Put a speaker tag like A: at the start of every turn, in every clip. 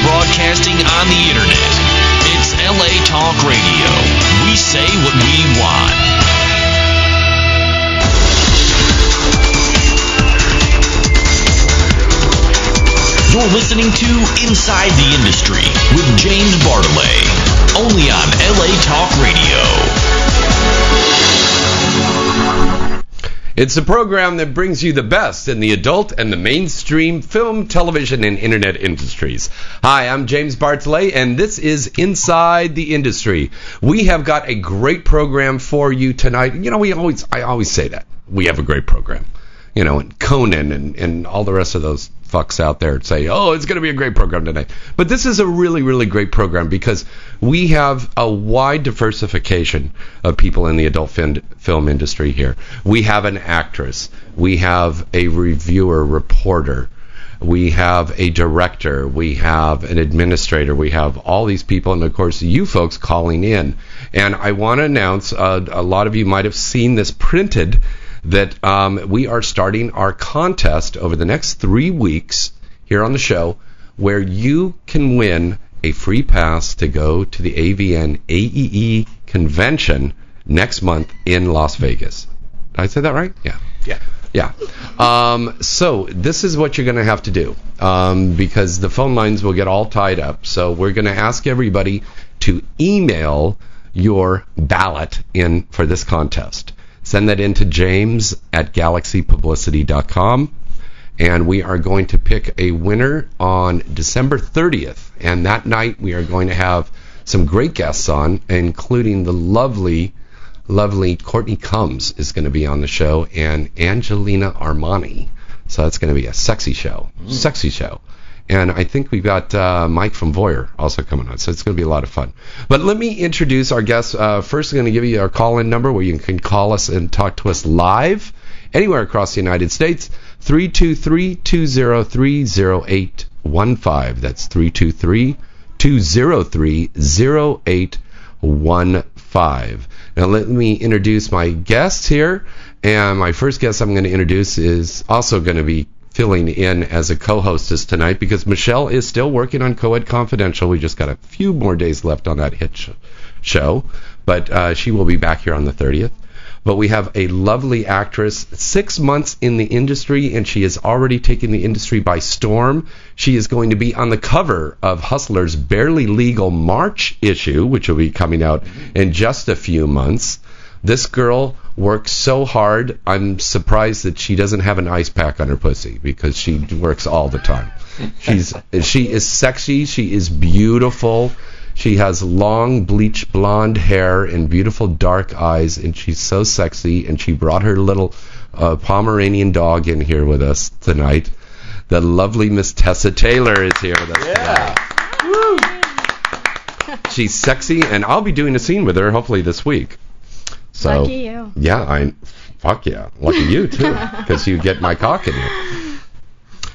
A: broadcasting on the internet. It's LA Talk Radio. We say what we want. You're listening to Inside the Industry with James Bartolet, only on LA Talk Radio.
B: It's a program that brings you the best in the adult and the mainstream film, television, and internet industries. Hi, I'm James Bartley, and this is Inside the Industry. We have got a great program for you tonight. You know, we always, I always say that we have a great program. You know, and Conan and, and all the rest of those fucks out there say, oh, it's going to be a great program tonight. But this is a really, really great program because we have a wide diversification of people in the adult fin- film industry here. We have an actress, we have a reviewer, reporter, we have a director, we have an administrator, we have all these people, and of course, you folks calling in. And I want to announce uh, a lot of you might have seen this printed that um, we are starting our contest over the next three weeks here on the show where you can win a free pass to go to the AVN AEE E convention next month in Las Vegas. Did I say that right? Yeah.
C: Yeah.
B: Yeah. Um, so this is what you're going to have to do um, because the phone lines will get all tied up. So we're going to ask everybody to email your ballot in for this contest send that in to james at galaxypublicity.com. And we are going to pick a winner on December 30th. And that night, we are going to have some great guests on, including the lovely, lovely Courtney Combs is going to be on the show and Angelina Armani. So that's going to be a sexy show. Mm. Sexy show. And I think we've got uh, Mike from Voyeur also coming on. So it's going to be a lot of fun. But let me introduce our guests. Uh, first, I'm going to give you our call in number where you can call us and talk to us live anywhere across the United States 323 203 0815. That's 323 203 0815. Now, let me introduce my guests here. And my first guest I'm going to introduce is also going to be filling in as a co-hostess tonight because Michelle is still working on Coed Confidential. We just got a few more days left on that hit sh- show, but uh, she will be back here on the 30th. But we have a lovely actress, six months in the industry, and she is already taking the industry by storm. She is going to be on the cover of Hustler's Barely Legal March issue, which will be coming out in just a few months. This girl works so hard. I'm surprised that she doesn't have an ice pack on her pussy because she works all the time. She's she is sexy. She is beautiful. She has long bleached blonde hair and beautiful dark eyes, and she's so sexy. And she brought her little uh, Pomeranian dog in here with us tonight. The lovely Miss Tessa Taylor is here with us yeah. tonight. she's sexy, and I'll be doing a scene with her hopefully this week.
D: So lucky you.
B: yeah, I fuck yeah, lucky you too, because you get my cock in you.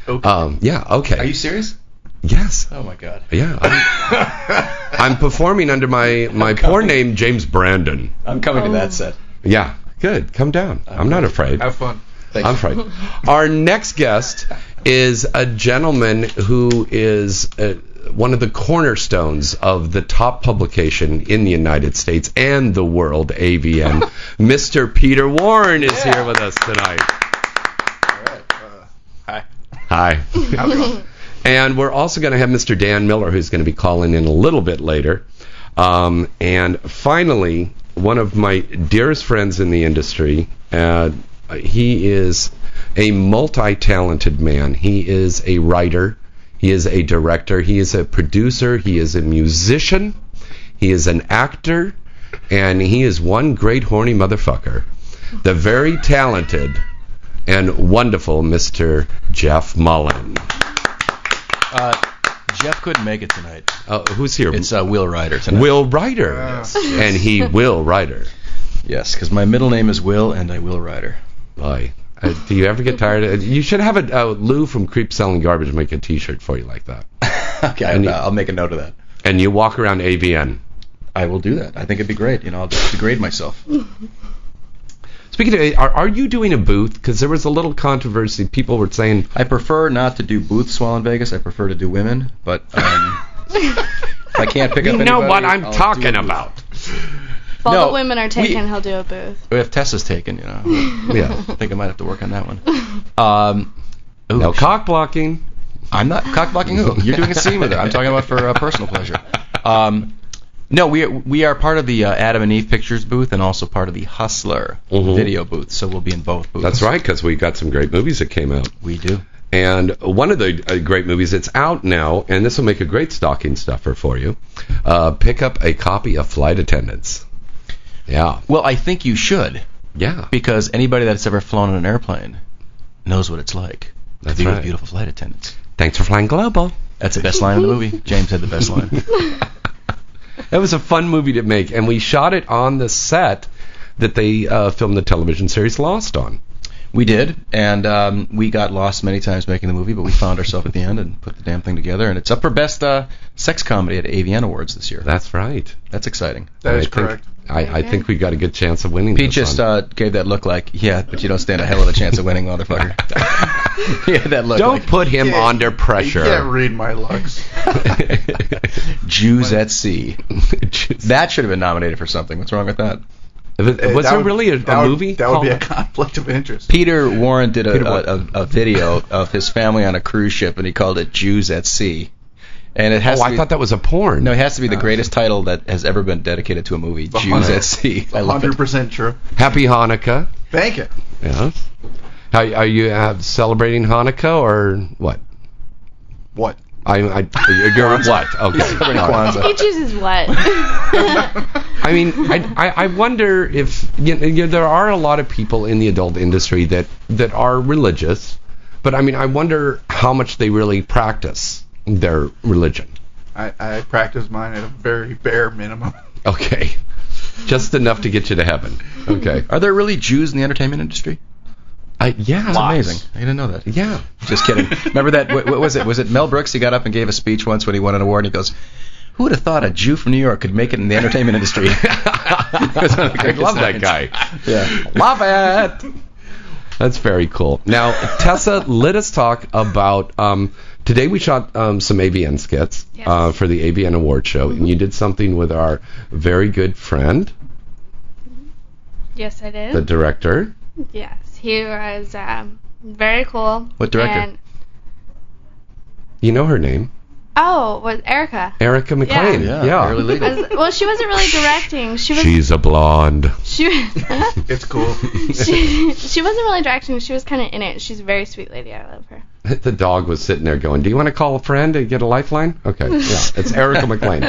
B: Okay. Um, yeah. Okay.
C: Are you serious?
B: Yes.
C: Oh my god.
B: Yeah. I'm, I'm performing under my my porn name James Brandon.
C: I'm coming oh. to that set.
B: Yeah. Good. Come down. I'm, I'm not afraid.
C: Have fun.
B: Thanks. I'm afraid. Our next guest is a gentleman who is. A, one of the cornerstones of the top publication in the United States and the world, AVN. Mr. Peter Warren is yeah. here with us tonight.
C: Right. Uh,
B: hi. Hi. and we're also going to have Mr. Dan Miller, who's going to be calling in a little bit later. Um, and finally, one of my dearest friends in the industry, uh, he is a multi talented man. He is a writer. He is a director. He is a producer. He is a musician. He is an actor. And he is one great horny motherfucker. The very talented and wonderful Mr. Jeff Mullen.
C: Uh, Jeff couldn't make it tonight.
B: Uh, who's here?
C: It's uh, Will Ryder tonight.
B: Will Ryder. Yes. And he will Ryder.
C: Yes, because my middle name is Will and I will Ryder.
B: Bye. Uh, do you ever get tired? Of, you should have a uh, Lou from Creep Selling Garbage make a T-shirt for you like that.
C: okay, I, you, I'll make a note of that.
B: And you walk around AVN.
C: I will do that. I think it'd be great. You know, I'll degrade myself.
B: Speaking of, are, are you doing a booth? Because there was a little controversy. People were saying
C: I prefer not to do booths while in Vegas. I prefer to do women, but. Um, If I can't pick
B: You
C: up
B: know
C: anybody,
B: what I'm
C: I'll do
B: talking
C: it.
B: about.
D: If all
C: No,
D: the women are taken, he'll do a booth.
C: If Tessa's taken, you know,
B: Yeah.
C: I think I might have to work on that one. Um, ooh,
B: No cock blocking.
C: I'm not cock blocking who. You're doing a scene with her. I'm talking about for uh, personal pleasure. Um, no, we are, we are part of the uh, Adam and Eve Pictures booth and also part of the Hustler
B: Mhm.
C: video booth. So we'll be in both booths.
B: That's right, because we got some great movies that came out.
C: We do.
B: And one of the uh, great movies that's out now, and this will make a great stocking stuffer for you. Uh, pick up a copy of Flight Attendants. Yeah,
C: Well, I think you should
B: yeah,
C: because anybody that's ever flown in an airplane knows what it's like
B: That's
C: to be
B: right.
C: with beautiful flight attendants.
B: Thanks for flying global.
C: That's the best line in the movie. James had the best line.
B: That was a fun movie to make, and we shot it on the set that they uh, filmed the television series Lost on.
C: We did, and um, we got lost many times making the movie, but we found ourselves at the end and put the damn thing together. And it's up for best uh, sex comedy at AVN Awards this year.
B: That's right.
C: That's exciting.
E: That
B: And
E: is
B: I think-
E: correct.
B: I, I think we got a good chance of winning.
C: Pete
B: this
C: just
B: one.
C: uh, gave that look like, yeah, but you don't stand a hell of a chance of winning, motherfucker. yeah, that look.
B: don't put him
E: Yeah.
B: under
E: You can't
B: pressure.
E: read my looks. Uh,
C: like Jews at sea. That should have been nominated for something. What's wrong with that?
B: was
E: That
B: there
E: would-
B: really a,
E: that
B: a
E: would-
B: movie?
E: That would be a
B: called-
E: conflict of interest.
C: Peter Warren did a,
B: Peter
C: a, a, a video of his family on a cruise ship, and he called it Jews at Sea. And it has
B: Oh,
C: to
B: I
C: be-
B: thought that Uh, was a porn.
C: No, it has to be the greatest title that has ever been dedicated to a movie. Jews at Sea. I love it.
E: 100% true.
B: Happy Hanukkah.
E: Thank you.
B: Yes. How, are you uh, celebrating Hanukkah or what?
E: What?
B: I, I you're what? Okay. All right.
D: He chooses what?
B: I mean, I, I, I wonder if you know, you know, there are a lot of people in the adult industry that that are religious, but I mean, I wonder how much they really practice their religion.
E: I, I practice mine at a very bare minimum.
B: Okay. Just enough to get you to heaven. Okay.
C: Are there really Jews in the entertainment industry?
B: Uh, yeah.
C: Amazing. I didn't know that.
B: Yeah.
C: Just kidding. Remember that? What, what was it? Was it Mel Brooks? He got up and gave a speech once when he won an award, and he goes, "Who would have thought a Jew from New York could make it in the entertainment industry?"
B: I love that guy.
C: yeah.
B: Love it. That's very cool. Now, Tessa, let us talk about um, today. We shot um, some AVN skits uh, for the AVN Award Show, and you did something with our very good friend,
D: yes, I did.
B: the director.
D: yes, he was um, very cool.
C: What director?
D: And,
B: You know her name,
D: oh, was Erica.
B: Erica McLean.
C: Yeah. Barely
D: I
C: legal.
D: was- well, she wasn't really directing. She was.
B: She's a blonde.
D: She,
E: It's cool.
D: she she wasn't really directing. She was kind of in it. She's a very sweet lady. I love her.
B: The dog was sitting there going, "Do you want to call a friend and get a lifeline?" Okay, yeah, it's Erica McLean.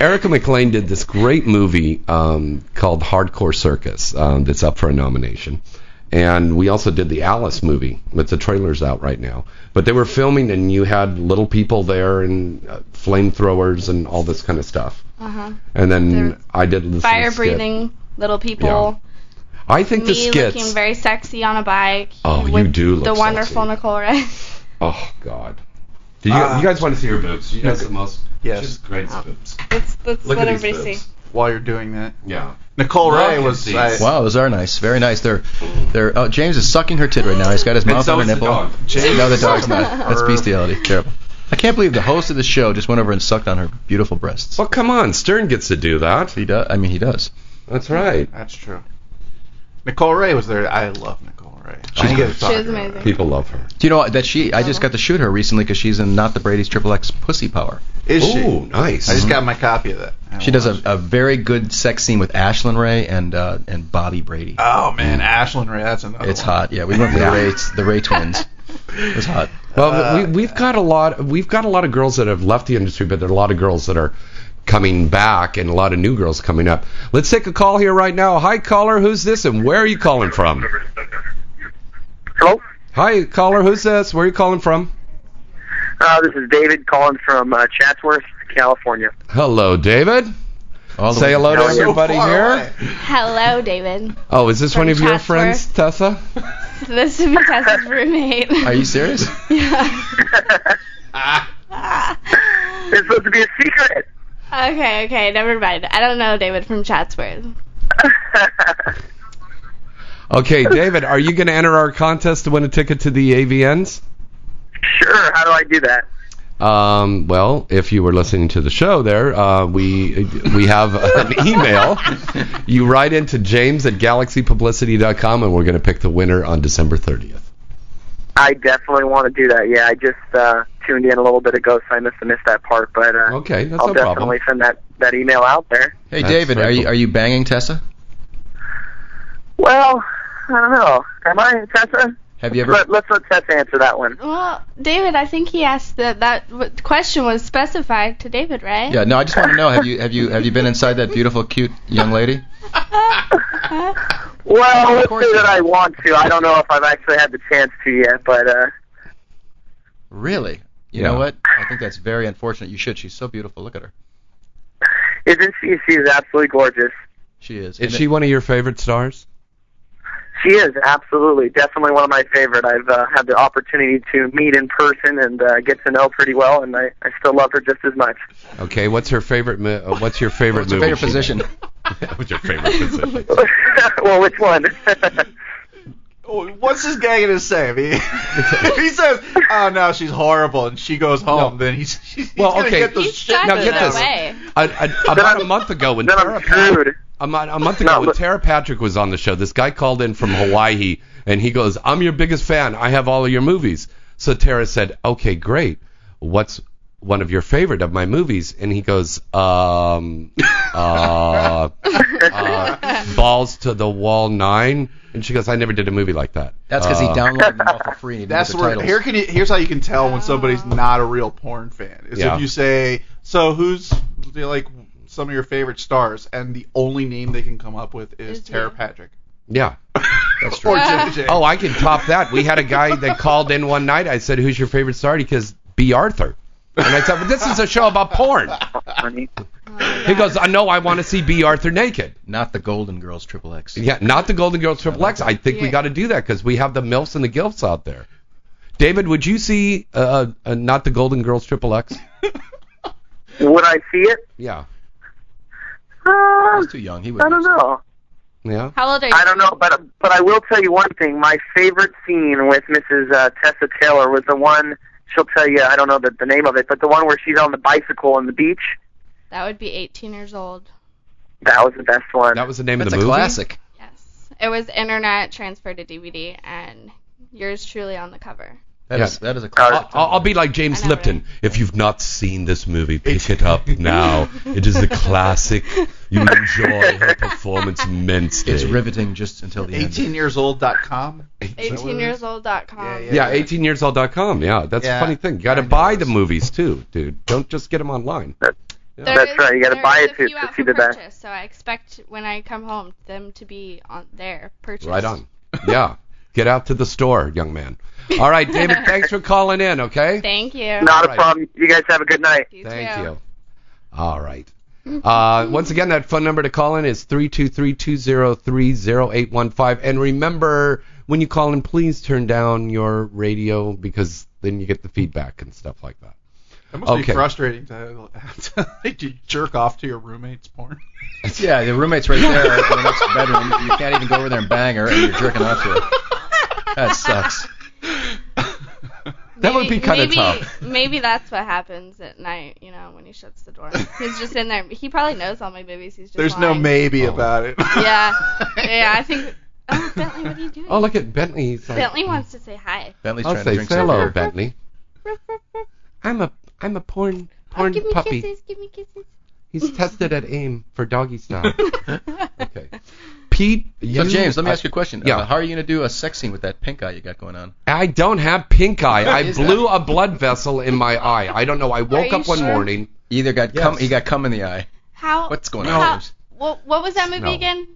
B: Erica McLean did this great movie um, called Hardcore Circus um, that's up for a nomination, and we also did the Alice movie, but the trailer's out right now. But they were filming, and you had little people there and uh, flamethrowers and all this kind of stuff.
D: Uh huh.
B: And then
D: There-
B: I did this little
D: Fire
B: skit.
D: breathing little people.
B: I think the
D: Me
B: skits.
D: looking very sexy on a bike.
B: Oh, you
D: with
B: do look
D: the wonderful
B: sexy.
D: Nicole. Right?
B: oh God. Do you,
E: Ah.
B: you guys want to see her boobs? You guys the most.
E: Yes.
B: She's great boobs.
D: That's that's
B: Look
D: what
B: at these
D: everybody
B: boobs.
D: sees.
E: While you're doing that,
B: Yeah.
E: Nicole
B: Look
E: Ray
B: at
E: was.
B: these.
E: I-
C: Wow, those are nice. Very nice. They're, they're. Oh, James is sucking her tit right now. He's got his mouth
B: so
C: on her
B: is the
C: nipple.
B: dog.
E: James-
C: No, the dog's not. That's bestiality. Terrible. I can't believe the host of the show just went over and sucked on her beautiful breasts.
B: Well, come on, Stern gets to do that.
C: He does. I mean, he does.
B: That's right.
E: That's true. Nicole Ray was there. I love Nicole Ray. She, gets
D: She was amazing.
B: People love her.
C: Do you know that she? I just got to shoot her recently because she's in Not the Brady's Triple X Pussy Power.
E: Is she?
B: Ooh, nice.
E: I just got my copy of that. I
C: She does
E: watched.
C: a, a very good sex scene with Ashlyn Ray and uh, and Bobby Brady.
E: Oh man, Ashlyn Ray. That's another.
C: It's
E: one.
C: hot. Yeah, we went with the Ray the Ray twins. It was hot.
B: well, we, we've got a lot. We've got a lot of girls that have left the industry, but there are a lot of girls that are coming back, and a lot of new girls coming up. Let's take a call here right now. Hi, caller. Who's this, and where are you calling from?
F: Hello.
B: Hi, caller. Who's this? Where are you calling from?
F: Uh, this is David calling from uh, Chatsworth, California.
B: Hello, David.
C: All the
B: Say
C: way-
B: hello to
F: How are you?
B: everybody
E: Far
B: here.
E: away.
D: Hello, David.
B: Oh, is this
D: From
B: one of your
D: Chatsworth.
B: friends, Tessa?
D: This would be Tessa's roommate.
C: Are you serious?
D: Yeah.
F: It's supposed to be a secret.
D: okay, okay, never mind. I don't know David from Chatsworth.
B: Okay, David. Are you going to enter our contest to win a ticket to the AVNs?
F: Sure. How do I do that?
B: Um, well, if you were listening to the show there, uh, we we have an email. you write into James at galaxypublicity.com, and we're going to pick the winner on December 30th.
F: I definitely want to do that. Yeah, I just uh, tuned in a little bit ago, so I must have missed that part. But uh,
B: Okay, that's
F: I'll
B: no problem.
F: definitely send that that email out there.
C: Hey,
B: That's
C: David,
B: very
C: are you
B: cool.
C: are you banging Tessa?
F: Well, I don't know. Am I Tessa?
C: Have you ever?
F: Let, let's let Tessa answer that one.
D: Well, David, I think he asked that. That w- question was specified to David, right?
C: Yeah, no, I just want to know have you have you have you been inside that beautiful, cute young lady?
F: Well, let's
C: course
F: say
C: you
F: that
C: are.
F: I want to. I don't know if I've actually had the chance to yet, but uh,
C: Really? You
B: Yeah.
C: know what? I think that's very unfortunate. You should. She's so beautiful. Look at her.
F: isn't she? She's absolutely gorgeous.
C: She is.
B: Is
C: And
B: she one of your favorite stars?
F: She is absolutely, definitely one of my favorite. I've uh, had the opportunity to meet in person and uh, get to know pretty well, and I, I still love her just as much.
B: Okay, what's her favorite? mo- uh, what's your favorite
C: What's her
B: movie?
C: favorite
B: she
C: position?
B: did? what's your favorite position?
F: well, which one?
E: What's this guy gonna say? If he, if he says, "Oh no, she's horrible," and she goes home, then he's, he's
B: Well,
E: gonna
B: okay.
E: get the
D: He's
E: shit.
D: stuck
B: Now
D: in
B: get
D: that
B: this.
D: way.
B: I, I, about a month ago, when
F: then
B: Tara
F: I'm screwed.
B: A, mon- a month ago,
F: No,
B: when
F: but-
B: Tara Patrick was on the show, this guy called in from Hawaii, and he goes, "I'm your biggest fan. I have all of your movies." So Tara said, "Okay, great. What's one of your favorite of my movies?" And he goes, um, uh, uh, "Balls to the Wall 9. And she goes, "I never did a movie like that."
C: That's because he
B: Uh,
C: downloaded them all for free. and he
E: That's
C: didn't get
E: where
C: the
E: here
C: titles.
E: can you, here's how you can tell when somebody's
D: Oh.
E: not a real porn fan is
B: Yeah.
E: if you say, "So who's like some of your favorite stars?" and the only name they can come up with is
D: Is
E: Tara
D: me.
E: Patrick
B: Yeah.
E: or JJ.
B: Oh, I can top that. We had a guy that called in one night. I said, "Who's your favorite star?" Because B. Arthur. And I said, "But this is a show about porn."
F: Honey.
B: He goes, "I know. I want to see B. Arthur naked."
C: Not the Golden Girls Triple X.
B: Yeah, not the Golden Girls Triple X. I think we
D: Yeah.
B: got to do that because we have the milfs and the gilfs out there. David, would you see uh, uh, not the Golden Girls Triple X?
F: Would I see it?
B: Yeah,
F: Uh,
C: He's too young. He would.
F: I don't know.
B: yeah.
D: How old are you?
F: I don't know, but but I will tell you one thing. My favorite scene with Mrs. Uh, Tessa Taylor was the one. She'll tell you. I don't know the, the name of it, but the one where she's on the bicycle on the beach.
D: That would be 18 years old.
F: That was the best one.
B: That was the name
C: That's a
B: of the movie.
C: classic.
D: Yes. It was internet transferred to DVD, and yours truly on the cover.
C: That
B: Yeah.
C: is that is a
F: Uh,
C: classic.
B: I'll, I'll be like James
D: I know,
B: Lipton.
D: right?
B: If you've not seen this movie, pick it up now. It is a classic. You'll enjoy her performance immensely.
C: it's riveting just until the end.
E: 18yearsold.com.
D: 18yearsold.com.
B: Yeah, 18yearsold.com. Yeah, that's
E: Yeah,
B: a funny thing. Got to
E: I know
B: buy
E: those.
B: the movies too, dude. Don't just get them online.
D: There
F: That's
D: is-
F: right, you gotta
D: there
F: buy
D: is
F: it
D: a
F: to-
D: few
F: to
D: out
F: see
D: for
F: the back.
D: purchase, So I expect when I come home them to be on there purchased.
B: Right on. Yeah, get out to the store, young man. All right, David. thanks for calling in. Okay.
D: Thank you.
F: Not a
B: Alright.
F: problem. You guys have a good night.
D: You
B: Thank
D: too.
B: you. All right. Uh, once again, that phone number to call in is 323-203-0815. And remember, when you call in, please turn down your radio because then you get the feedback and stuff like that.
E: That must
B: Okay.
E: be frustrating to, to like, you jerk off to your roommate's porn.
C: Yeah, the roommate's right there in the next bedroom. You can't even go over there and bang her, and you're jerking off to her. That sucks.
B: That would be kind of
D: maybe,
B: tough.
D: Maybe that's what happens at night, you know, when he shuts the door. He's just in there. He probably knows all my movies. He's just
E: There's no
D: lying.
E: maybe
B: Oh.
E: about it.
D: Yeah. Yeah, I think. Oh, Bentley, what are you doing?
B: Oh, look at Bentley. He's like,
D: Bentley wants to say hi.
C: Bentley's
B: I'll
C: trying
B: say,
C: to drink
B: say hello,
C: some beer.
B: Bentley. I'm a I'm a porn porn
D: give me
B: puppy.
D: kisses. Give me kisses.
B: He's tested at AIM for doggy style. okay. Pete,
C: So
B: you,
C: James, let me ask you a question.
B: Yeah.
C: Uh, how are you gonna do a sex scene with that pink eye you got going on?
B: I don't have pink eye. I
C: is
B: blew a blood vessel in my eye. I don't know. I woke
D: you
B: up one
D: sure?
B: morning.
C: You Either got cum,
B: Yes.
C: he got cum in the eye.
D: How?
C: What's going
D: how-
C: on? James?
D: What, what was that movie
B: No.
D: again?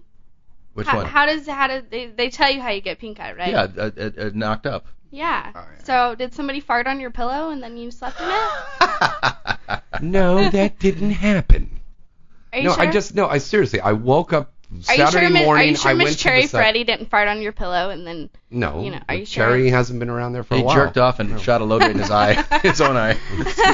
C: Which
D: how,
C: one?
D: how does how do they they tell you how you get pink eye, right?
C: yeah, uh, uh, uh, knocked up.
D: Yeah.
E: Oh,
D: So did somebody fart on your pillow and then you slept in it? Are
B: No, that didn't happen.
D: you
B: no,
D: sure?
B: I just no. I seriously, I woke up
D: Are you sure,
B: Saturday
D: Miss, are
B: morning,
D: you sure
B: I
D: Miss
B: went to
D: Cherry
B: the set-
D: Freddy didn't fart on your pillow and then?
B: No,
D: You know, are you sure?
B: Cherry hasn't been around there for
C: He
B: a while.
C: jerked off and shot a load in his eye, his own eye.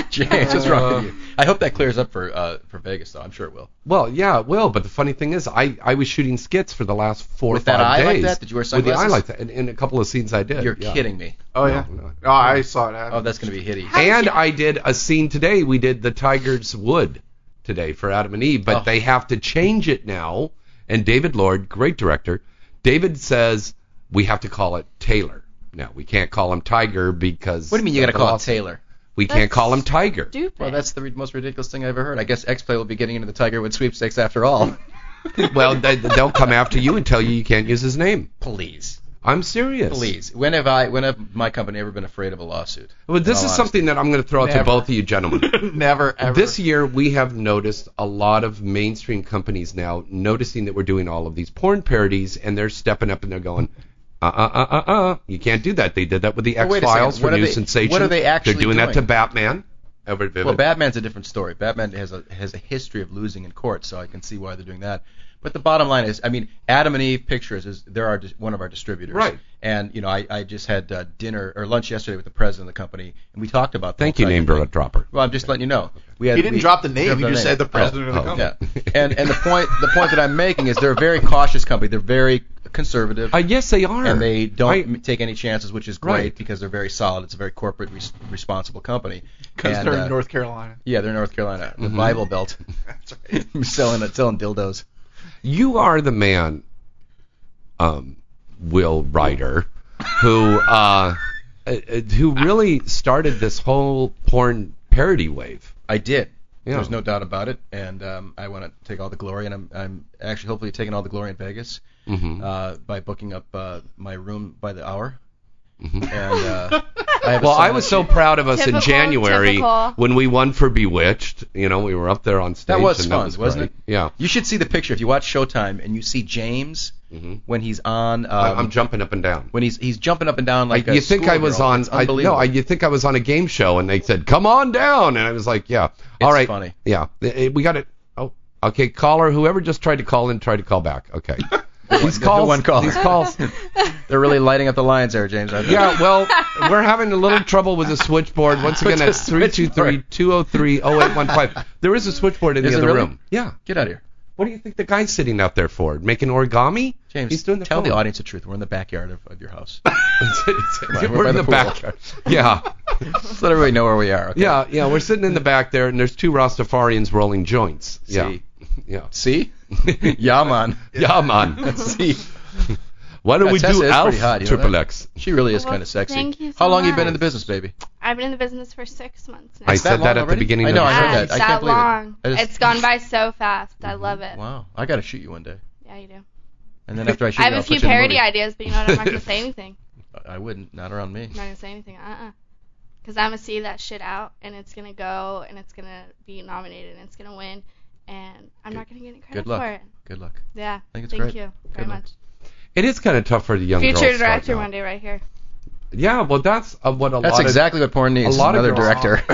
C: James, what's wrong
B: Uh,
C: with you? I hope that clears up for uh, for Vegas, though. I'm sure it will.
B: Well, yeah, it will. But the funny thing is, I, I was shooting skits for the last four
C: With
B: or five
C: that eye like
B: days.
C: that? Did you wear
B: With the eye
C: sunglasses?
B: like that, and, and a couple of scenes I did.
C: You're
B: yeah.
C: kidding me.
E: Oh yeah.
B: no.
E: Oh, I saw it. happen.
C: Oh, that's gonna be hideous.
B: And I did a scene today. We did the Tiger's Wood today for Adam and Eve, but
C: Oh.
B: they have to change it now. And David Lord, great director, David says we have to call it Taylor. No, we can't call him Tiger because
C: What do you mean you gotta
B: of the
C: call it
B: laws.
C: Taylor?
B: We can't call him Tiger.
D: Stupid.
C: Well, Oh, that's the re- most ridiculous thing I've ever heard. I guess X Play will be getting into the Tiger Woods sweepstakes after all.
B: Well, they, they'll come after you and tell you you can't use his name.
C: Please,
B: I'm serious.
C: please. When have I? When have my company ever been afraid of a lawsuit?
B: Well, this
C: In all
B: is something that I'm going to throw out to
C: Never.
B: both of you gentlemen.
E: Never ever.
B: This year, we have noticed a lot of mainstream companies now noticing that we're doing all of these porn parodies, and they're stepping up and they're going, uh uh uh uh uh, you can't do that. They did that with the X
C: wait a
B: Files
C: second.
B: for
C: What are
B: New
C: they-
B: Sensation.
C: what are they actually
B: They're doing, that
C: doing?
B: to Batman. Over at Vivid.
C: Well, Batman's a different story. Batman has a has a history of losing in court, so I can see why they're doing that. But the bottom line is, I mean, Adam and Eve Pictures is they're our, dis- one of our distributors,
B: Right.
C: And you know, I, I just had uh, dinner or lunch yesterday with the president of the company, and we talked about. the
B: Thank
C: whole
B: you, name
C: Tiger thing.
B: dropper.
C: Well, I'm just letting you know. We had,
E: He didn't
C: we-
E: drop the name.
C: dropped
E: He
C: our
E: just
C: name.
E: said the president
B: Oh,
E: of the company.
C: Yeah, and and the point the point that I'm making is they're a very cautious company. They're very conservative.
B: Uh, yes, they are.
C: and they don't
B: I-
C: m- take any chances, which is great
B: Right.
C: because they're very solid. It's a very corporate, res- responsible company.
E: Because
C: And,
E: they're
C: uh,
E: in North Carolina.
C: Yeah, they're in North Carolina, the Bible Belt, selling selling dildos.
B: you are the man, um, Will Ryder, who uh, uh, who really started this whole porn parody wave.
C: I did.
B: Yeah.
C: There's no doubt about it, and um, I want to take all the glory, and I'm I'm actually hopefully taking all the glory in Vegas
B: Mm-hmm.
C: uh, by booking up uh, my room by the hour. And uh, I have a
B: Mm-hmm. Well, I
C: sauna
B: was so
C: sheet.
B: proud of us in
D: Typical,
B: January
D: typical.
B: when we won for Bewitched. You know, we were up there on stage.
C: That was
B: and
C: fun,
B: that was
C: wasn't
B: great.
C: it?
B: Yeah.
C: You should see the picture if you watch Showtime and you see James when he's on. Um,
B: Mm-hmm. I- I'm jumping up and down.
C: when he's he's jumping up and down like a
B: you think I was
C: schoolgirl.
B: on?
C: It's
B: I, no,
C: unbelievable.
B: I, you think I was on a game show, and they said, "Come on down," and I was like, "Yeah, all right,
C: funny.
B: yeah, Eh, eh, we got it." Oh, okay, caller, whoever just tried to call in, tried to call back. Okay, these
C: the
B: calls,
C: one caller.
B: these calls.
C: They're really lighting up the lines there, James. I think.
B: Yeah, well, we're having a little trouble with the switchboard. Once again, that's three two three two zero three zero eight one five. There is a switchboard in
C: Is
B: the
C: it
B: other
C: really?
B: room. Yeah.
C: Get out of here.
B: What do you think the guy's sitting out there for? Making origami?
C: James,
B: he's doing the
C: tell
B: phone.
C: the audience the truth. We're in the backyard of, of your house.
B: we're,
C: Right, we're by
B: in
C: the
B: the,
C: pool.
B: back. yeah,
C: Just let everybody know where we are. okay?
B: yeah, yeah. We're sitting in the back there, and there's two Rastafarians rolling joints. Yeah,
C: See?
B: yeah,
C: See? yeah, man.
B: yeah, man.
C: See?
B: Why don't
C: Yeah,
B: we
C: Tessa
B: do
C: is
B: Alf
C: pretty hot, you know
B: Triple
C: that?
B: X?
C: She really is
D: Well,
C: kind of sexy.
D: thank you so
C: How long you been
D: much.
C: in the business, baby?
D: I've been in the business for six months now.
B: I
C: Is that
B: said that
C: long
B: at
C: already?
B: the beginning.
C: I know,
B: of
C: I
B: the
C: heard
D: Yeah,
C: that.
D: it's
C: I can't
D: that
C: believe it.
D: long.
C: I just- Mm-hmm.
D: It's gone by so fast. I love it.
C: Wow. I got to shoot you one day.
D: Yeah, you do.
C: And then after I shoot
D: I
C: you,
D: have
C: I'll
D: a few
C: put you in the
D: parody
C: movie.
D: ideas, but you know what? I'm not gonna say anything.
C: I wouldn't. Not around me.
D: I'm not gonna say anything. Uh-uh. Because I'm gonna see that shit out, and it's gonna go, and it's gonna be nominated, and it's gonna win, and I'm not gonna get any credit
C: Good luck.
D: for it.
C: Good luck.
D: Yeah.
C: think it's
D: Thank
C: great.
D: you
C: Good
D: very
C: luck.
D: much.
B: It is kind of tough for the young girls
D: Future
B: to start
D: director
B: now.
D: one day right here.
B: Yeah, well, that's uh, what a
C: That's
B: lot
C: exactly what porn needs.
B: a lot of
C: another
B: girls-
C: director.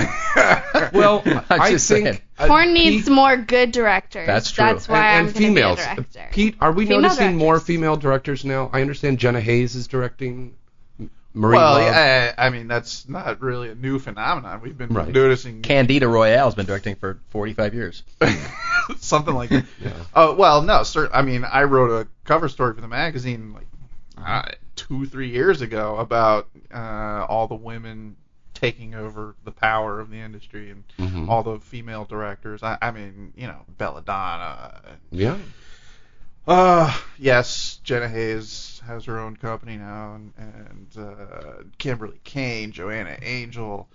B: of. Well, I
C: just
B: think
C: saying.
B: uh,
D: Porn
B: Pete-
D: needs more good directors.
C: That's true.
D: That's why
B: and,
D: I'm
B: and
D: gonna be a
B: females.
D: director.
B: Pete, are we
D: Female
B: noticing
D: directors.
B: more female directors now? I understand Jenna Hayes is directing. M- Marie
E: Well,
B: Love.
E: yeah, I I mean that's not really a new phenomenon. We've been
B: Right.
E: noticing
C: Candida Royale's been directing for 45 years.
E: something like that. Uh, well, no, sir. I mean, I wrote a cover story for the magazine like uh, two, three years ago about uh, all the women taking over the power of the industry and all the female directors. I, I mean, you know, Belladonna.
B: yeah.
E: Uh, yes, Jenna Hayes has her own company now, and, and uh, Kimberly Kane, Joanna Angel.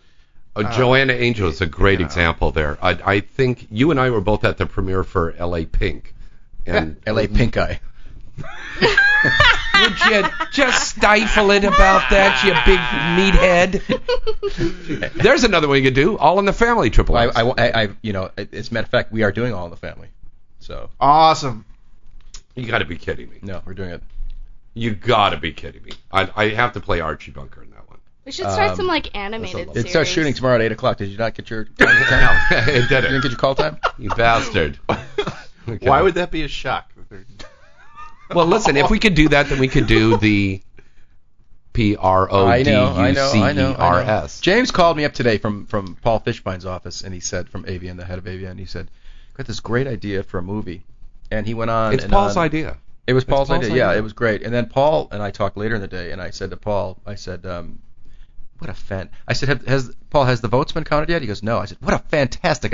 B: Oh,
E: Uh,
B: Joanna Angel is a great
E: yeah.
B: example there. I, I think you and I were both at the premiere for L.A. Pink, and
C: L.A. Pink Eye.
B: would you just stifle it about that, you big meathead? There's another one you could do. All in the Family Triple
C: I,
B: X.
C: I, I, I, you know, it- it's a matter of fact, we are doing All in the Family. So,
E: Awesome.
B: you got to be kidding me.
C: no, we're doing it.
B: You got to be kidding me. I, I have to play Archie Bunker in that one.
D: we should start
C: um,
D: some like animated.
B: It
C: It starts
D: series.
C: shooting tomorrow at 8 o'clock. Did you not get your call time?
B: it did
C: You didn't
B: it.
C: get your call time?
B: You bastard.
E: Why would that be a shock? that they're-
B: Well, listen, if we could do that, then we could do the P R O
C: I
B: Oh, D
C: know, I
B: U
C: know,
B: C
C: I know,
B: E R
C: I know.
B: S.
C: James called me up today from from Paul Fishbine's office, and he said from AVN, the head of AVN, he said, "Got this great idea for a movie," and he went on.
B: It's
C: and
B: Paul's
C: on.
B: idea.
C: It was Paul's,
B: Paul's
C: idea. Yeah,
B: idea.
C: it was great. And then Paul and I talked later in the day, and I said to Paul, I said, um, "What a fan!" I said, have, "Has Paul has the votes been counted yet?" He goes, "No." I said, "What a fantastic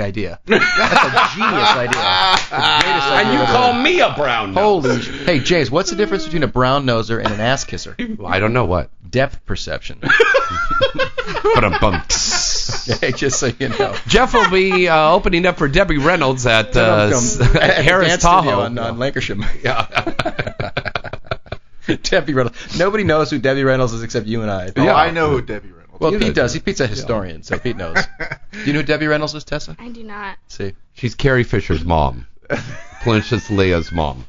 C: idea! That's a genius idea." The greatest
B: Uh, And
C: idea
B: you
C: ever.
B: call me a brown nose?
C: Holy! sh- hey, James, what's the difference between a brown noser and an ass kisser?
B: I don't know what.
C: Depth perception.
B: But a bump.
C: hey, just so you know.
B: Jeff will be uh, opening up for Debbie Reynolds at uh, s-
C: At
B: Harris
C: Dance Studio
B: Tahoe.
C: on, on Lancashire.
B: Yeah.
C: Debbie Reynolds. Nobody knows who Debbie Reynolds is except you and I.
E: Oh,
B: Yeah.
E: I know who Debbie Reynolds.
C: Well,
B: You
C: Pete
B: know
C: does. He, Pete's a historian, so Pete knows. Do you know who Debbie Reynolds is, Tessa?
D: I do not.
C: See,
B: She's Carrie Fisher's mom. Princess Leia's mom.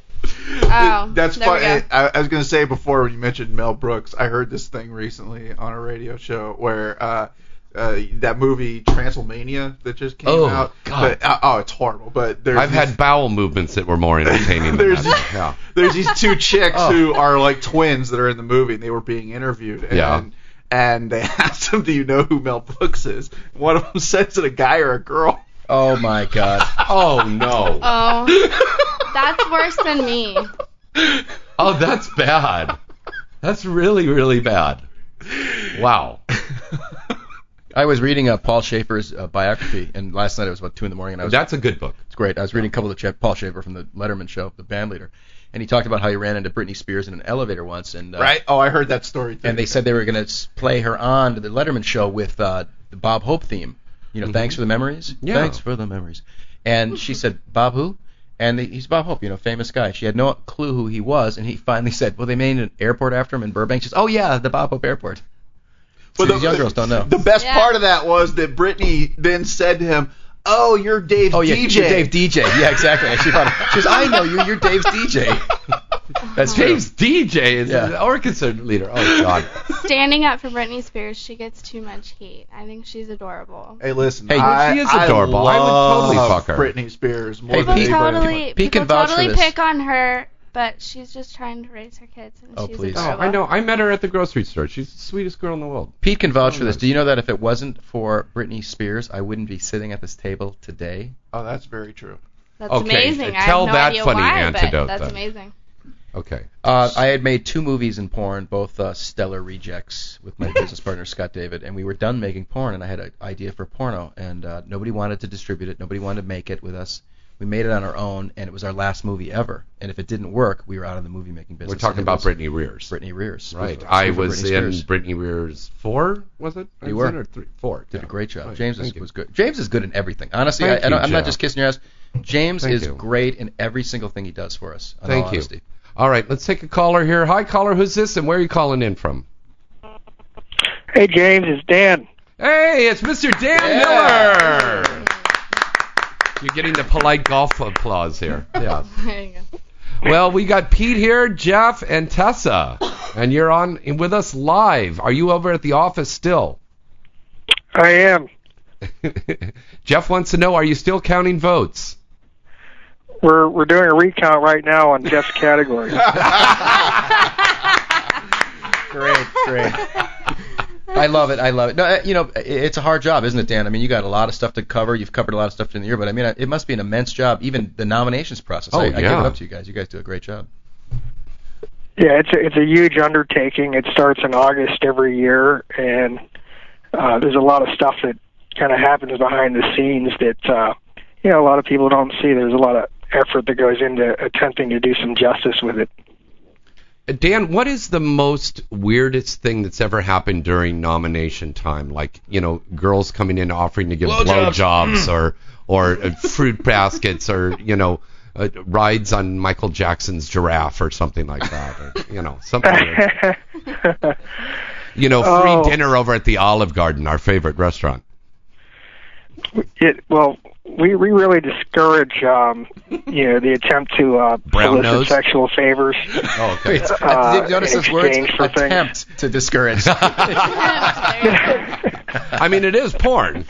D: Oh,
E: That's
D: there we
E: why
D: go.
E: I, I was going to say before when you mentioned Mel Brooks, I heard this thing recently on a radio show where uh, uh, that movie Transylvania that just came
B: Oh,
E: out.
B: God.
E: But, uh, oh, it's horrible. But there's
B: I've
E: this-
B: had bowel movements that were more entertaining than
E: There's-
B: that. Yeah.
E: there's these two chicks
C: Oh.
E: who are like twins that are in the movie and they were being interviewed and
B: Yeah.
E: and they asked them do you know who Mel Brooks is one of them says it a guy or a girl
C: oh my God.
B: Oh no.
D: Oh, that's worse than me.
B: Oh, that's bad. That's really, really bad. Wow.
C: I was reading uh, Paul Schaefer's uh, biography, and last night it was about two in the morning, and I was
B: That's a good book.
C: it's great. I was reading a couple of the Paul Schaefer from the Letterman show, the band leader, and he talked about how he ran into Britney Spears in an elevator once, and uh,
E: right oh I heard that story too.
C: and they said they were going to play her on to the Letterman show with uh, the Bob Hope theme. You know, thanks for the memories.
B: Yeah.
C: Thanks for the memories. And she said, Bob who? And they, he's Bob Hope, you know, famous guy. She had no clue who he was, and he finally said, "Well, they made an airport after him in Burbank." She says, "Oh yeah, the Bob Hope Airport."
E: Well,
C: these young girls don't know.
E: the best
D: Yeah.
E: part of that was that Britney then said to him oh you're Dave
C: Oh yeah,
E: DJ
C: you're Dave DJ. Yeah, exactly. She, found she says, "I know you. You're Dave's DJ." That's true.
B: James DJ is
C: Yeah.
B: an orchestra leader. Oh God.
D: Standing up for Britney Spears, she gets too much heat. I think she's adorable.
E: Hey, listen.
C: Hey,
E: I,
B: she is
E: I
B: adorable. I would totally
E: love
B: fuck her.
E: Britney Spears more
C: Hey,
D: People
E: than
C: Pete-
E: anybody.
D: totally,
C: Pete can
D: people
C: vouch for
D: totally
C: this.
D: pick on her, but she's just trying to raise her kids, and
C: Oh,
D: she's
C: please.
B: Oh,
D: adorable.
B: I know. I met her at the grocery store. She's the sweetest girl in the world.
C: Pete can vouch for this. Do you know that if it wasn't for Britney Spears, I wouldn't be sitting at this table today?
E: Oh, that's very true.
D: That's
B: Okay,
D: amazing. I
B: tell
D: have no
B: that
D: idea
B: funny
D: why, but
B: antidote,
D: that's
B: then.
D: amazing.
B: Okay.
C: Uh, I had made two movies in porn, both uh, stellar rejects with my business partner Scott David, and we were done making porn, and I had an idea for a porno, and uh, nobody wanted to distribute it, nobody wanted to make it with us. We made it on our own, and it was our last movie ever. And if it didn't work, we were out of the movie making business.
B: We're
C: and
B: talking
C: it was
B: about Britney Rears.
C: Britney Rears.
B: Right.
C: With-
B: I
C: with
B: was
C: Britney
B: in
C: Spears.
B: Britney Rears four, was it? I
C: You
B: was
C: were.
B: in or three, four.
C: Did
B: yeah.
C: a great job.
B: Right,
C: James was,
B: thank you.
C: was good. James is good in everything. Honestly, I,
B: Thank
C: I don't,
B: you,
C: I'm not
B: Jeff.
C: just kissing your ass. James
B: Thank
C: is
B: you.
C: great in every single thing he does for us. in all
B: Thank you.
C: honesty.
B: All right, let's take a caller here. Hi, caller. Who's this, and where are you calling in from?
G: Hey James, it's Dan.
B: Hey, it's Mr. Dan
C: Yeah.
B: Miller. You're getting the polite golf applause here. Yeah.
D: There you go.
B: Well, we got Pete here, Jeff, and Tessa, and you're on with us live. Are you over at the office still?
G: I am.
B: Jeff wants to know: Are you still counting votes?
G: We're we're doing a recount right now on Jeff's category.
C: Great, great. I love it. I love it. No, uh, you know, i- it's a hard job, isn't it, Dan? I mean, you got a lot of stuff to cover. You've covered a lot of stuff during the year, but I mean, uh, it must be an immense job. Even the nominations process.
B: Oh,
C: I, I give it
B: yeah.
C: up to you guys. You guys do a great job.
G: yeah, it's a, it's a huge undertaking. It starts in August every year, and uh, there's a lot of stuff that kind of happens behind the scenes that uh, you know a lot of people don't see. There's a lot of effort that goes into attempting to do some justice with it.
B: Uh, Dan, what is the most weirdest thing that's ever happened during nomination time? Like, you know, girls coming in offering to give blowjobs or or uh, fruit baskets or you know uh, rides on Michael Jackson's giraffe or something like that. Or, you know, something. weird. You know, free
G: Oh.
B: dinner over at the Olive Garden, our favorite restaurant.
G: it well we we really discourage um you know the attempt to uh
B: Brown
G: solicit
B: nose?
G: sexual favors
B: Oh, okay.
G: Uh,
C: Did you notice
G: in
C: those words?
G: exchange for things.
C: Attempt to discourage.
D: There you go.
B: I mean, it is porn.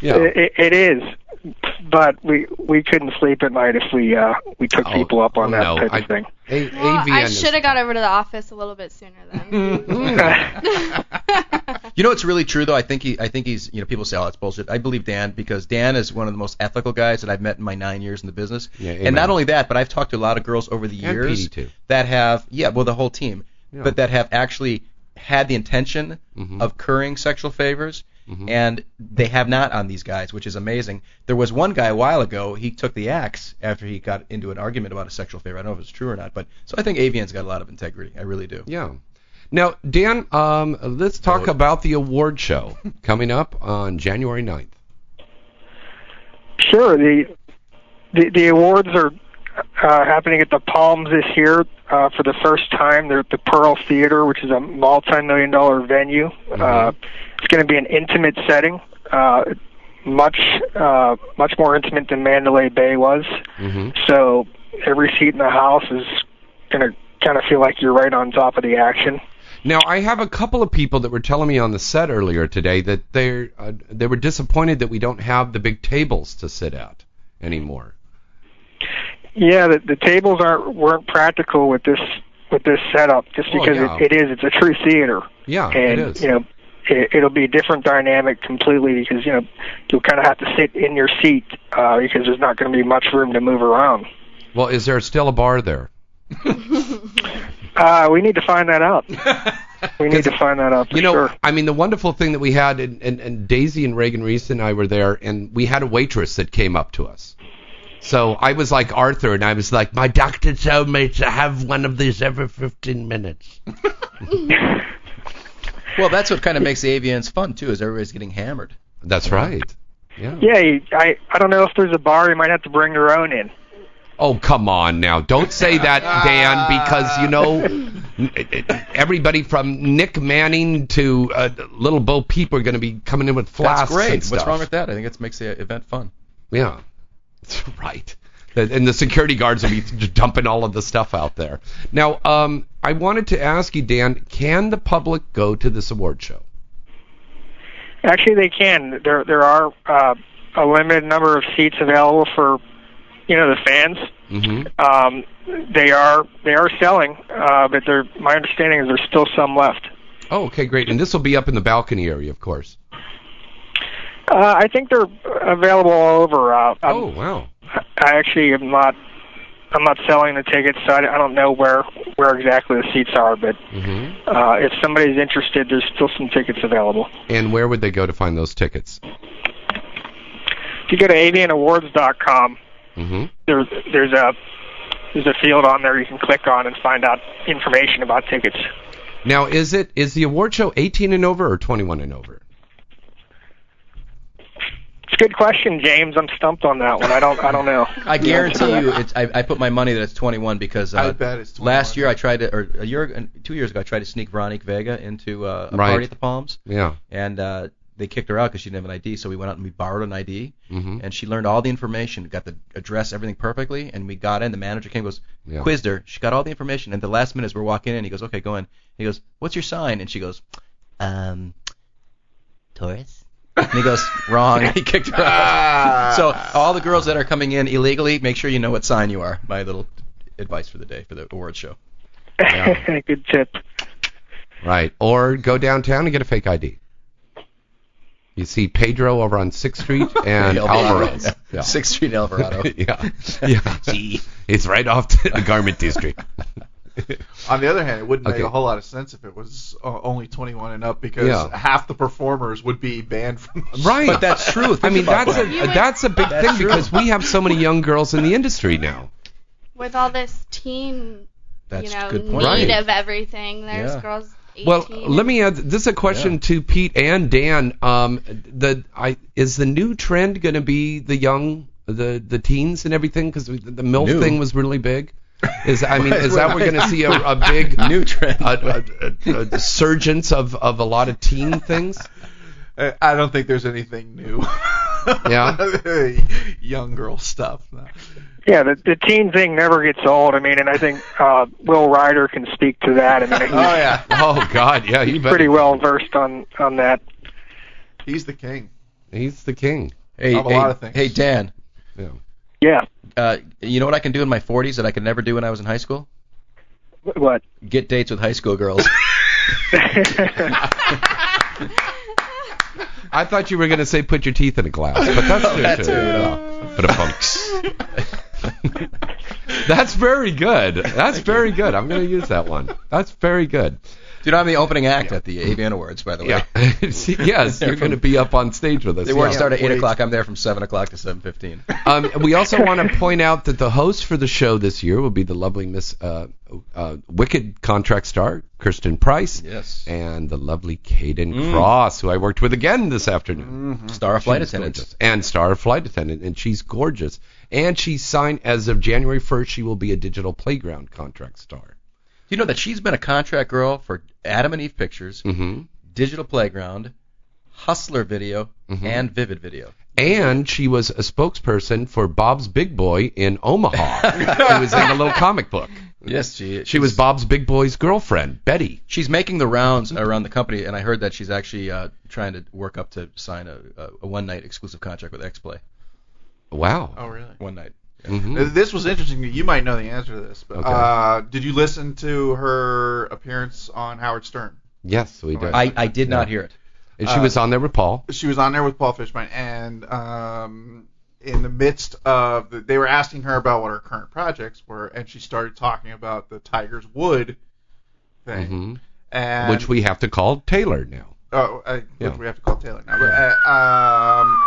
B: Yeah.
G: It, it is but we we couldn't sleep at night if we uh we took
B: Oh,
G: people up on that
B: no,
G: type
B: I-
G: of thing.
B: A-
D: Well,
B: AVN
D: I
B: is-
D: should have got over to the office a little bit sooner then.
C: You know what's really true though? I think he, I think he's, you know, people say, oh, that's bullshit. I believe Dan because Dan is one of the most ethical guys that I've met in my nine years in the business.
B: Yeah, amen.
C: and not only that, but I've talked to a lot of girls over the
B: And
C: years
B: PD too.
C: that have, yeah, well, the whole team, but that have actually had the intention
B: Mm-hmm.
C: of currying sexual favors, and they have not on these guys, which is amazing. There was one guy a while ago. He took the axe after he got into an argument about a sexual favor. I don't know if it's true or not, but so I think Avian's got a lot of integrity. I really do.
B: Yeah. Now, Dan, um, let's talk about the award show coming up on January 9th.
G: Sure. The the, the awards are uh, happening at the Palms this year uh, for the first time. They're at the Pearl Theater, which is a multi-million dollar venue.
B: Mm-hmm.
G: Uh, it's going to be an intimate setting, uh, much uh, much more intimate than Mandalay Bay was.
B: Mm-hmm.
G: So every seat in the house is going to kind of feel like you're right on top of the action.
B: Now, I have a couple of people that were telling me on the set earlier today that they uh, they were disappointed that we don't have the big tables to sit at anymore.
G: Yeah, the, the tables aren't weren't practical with this with this setup, just
B: Well,
G: because
B: Oh, yeah.
G: it, it is it's a true theater.
B: Yeah,
G: and
B: it is.
G: you know it, it'll be a different dynamic completely because you know you'll kind of have to sit in your seat uh, because there's not going to be much room to move around.
B: Well, is there still a bar there?
G: Uh, we need to find that out. we need to find that out for
B: You know,
G: sure.
B: I mean, the wonderful thing that we had, and, and, and Daisy and Reagan Reese and I were there, and we had a waitress that came up to us. So I was like Arthur, and I was like, my doctor told me to have one of these every 15 minutes.
C: Well, that's what kind of makes the AVNs fun too, is everybody's getting hammered.
B: That's right.
G: Yeah, you, I I don't know if there's a bar. You might have to bring your own in.
B: Oh, come on now. Don't say that, Dan, because, you know, everybody from Nick Manning to uh, Little Bo Peep are going to be coming in with flasks
C: That's great.
B: and stuff.
C: What's wrong with that? I think it makes the event fun.
B: Yeah. That's right. That- And the security guards will be dumping all of the stuff out there. Now, um, I wanted to ask you, Dan, can the public go to this award show?
G: Actually, they can. There there are uh, a limited number of seats available for you know the fans.
B: Mm-hmm.
G: Um, they are they are selling, uh, but they're, my understanding is there's still some left.
B: Oh, okay, great. And this will be up in the balcony area, of course.
G: Uh, I think they're available all over. Uh, I'm-
B: oh, wow.
G: I actually am not I'm not selling the tickets, so I, I don't know where where exactly the seats are. But
B: Mm-hmm.
G: uh, if somebody's interested, there's still some tickets available.
B: And where would they go to find those tickets?
G: If you go to avianawards.com,
B: Mm-hmm.
G: there's there's a there's a field on there you can click on and find out information about tickets.
B: Now, is it is the award show 18 and over or 21 and over?
G: It's a good question, James. I'm stumped on that one. I don't I don't know.
C: I guarantee you, it's, I, I put my money that it's 21 because uh,
E: I bet it's 21.
C: last year I tried to, or a year, uh, two years ago, I tried to sneak Veronique Vega into uh, a
B: Right.
C: party at the Palms,
B: Yeah.
C: and uh, they kicked her out because she didn't have an ID. So we went out and we borrowed an ID,
B: Mm-hmm.
C: and she learned all the information, got the address, everything perfectly, and we got in. The manager came, goes,
B: Yeah.
C: quizzed her. She got all the information, and the last minute as we're walking in, he goes, okay, go in. He goes, what's your sign? And she goes, um, Taurus. And he goes, wrong. And he kicked her
E: Uh,
C: out. So
B: Ah.
C: all the girls that are coming in illegally, make sure you know what sign you are. My little advice for the day for the award show.
G: good tip.
B: Right. Or go downtown and get a fake ID. You see Pedro over on 6th Street and Alvarez. Yeah.
C: Sixth Street Alvarado.
B: yeah. Yeah. It's right off to the garment district.
E: On the other hand, it wouldn't
B: Okay.
E: make a whole lot of sense if it was uh, only 21 and up because
B: Yeah.
E: half the performers would be banned from. The
B: right.
C: But that's true.
B: I mean that's a
D: You would-
B: that's a big
C: That's
B: thing
C: true.
B: because we have so many young girls in the industry now.
D: With all this teen,
C: that's
D: you know,
C: a good point.
D: need
B: Right.
D: of everything, there's
C: Yeah.
D: girls 18.
B: Well, let me add this is a question
C: Yeah.
B: to Pete and Dan. Um, the I is the new trend going to be the young, the the teens and everything because the the milf
C: New.
B: thing was really big. Is I mean, is that we're going to see a, a big
C: New trend.
B: a, a, a, a surgence of of a lot of teen things?
E: Uh, I don't think there's anything new.
B: Yeah.
E: Young girl stuff. No.
G: Yeah, the, the teen thing never gets old. I mean, and I think uh, Will Ryder can speak to that. I mean, he's
E: Oh yeah,
B: Oh God, yeah, you bet.
G: pretty well versed on on that.
E: he's the king.
B: He's the king.
C: Hey,
E: Of a
C: hey,
E: lot of things.
C: hey, Dan.
B: Yeah.
G: Yeah.
C: Uh, you know what I can do in my 40s that I could never do when I was in high school?
G: Wh- What?
C: Get dates with high school girls.
B: I thought you were going to say put your teeth in a glass, but that's
C: Oh, that
B: too-
C: too, no.
B: But a funks. That's very good. That's very good. I'm going to use that one. That's very good.
C: Do you know I'm the opening act at the Avian Awards, by the way?
B: See, yes, you're going to be up on stage with us.
C: The awards
B: yeah.
C: start at eight
E: Wait.
C: o'clock. I'm there from seven o'clock to seven fifteen.
B: Um, we also want to point out that the host for the show this year will be the lovely Miss uh, uh, Wicked contract star Kirsten Price
C: Yes.
B: and the lovely Caden Cross, who I worked with again this afternoon.
C: Star of Mm. flight
B: She's
C: attendants.
B: gorgeous. and star flight attendant, and she's gorgeous. And she's signed as of January 1st. She will be a digital playground contract star.
C: Do you know that she's been a contract girl for Adam and Eve Pictures,
B: Mm-hmm.
C: Digital Playground, Hustler Video,
B: Mm-hmm.
C: and Vivid Video.
B: And she was a spokesperson for Bob's Big Boy in Omaha. it was in the little comic book.
C: Yes, she
B: She was Bob's Big Boy's girlfriend, Betty.
C: She's making the rounds around the company, and I heard that she's actually uh, trying to work up to sign a, a, a one night exclusive contract with XPlay.
B: Wow.
E: Oh, really?
C: One night.
B: Mhm.
E: Uh, This was interesting. to you. You might know the answer to this, but
B: Okay.
E: uh, did you listen to her appearance on Howard Stern?
B: Yes, we did.
C: I, I did not hear it.
B: and she was on there with Paul.
E: She was on there with Paul Fishman, and um, in the midst of the, they were asking her about what her current projects were, and she started talking about the Tiger's Wood thing,
B: Mhm.
E: and
B: Which we have to call Taylor now.
E: oh, uh,
B: Yeah.
E: which we have to call Taylor now. But, uh, um,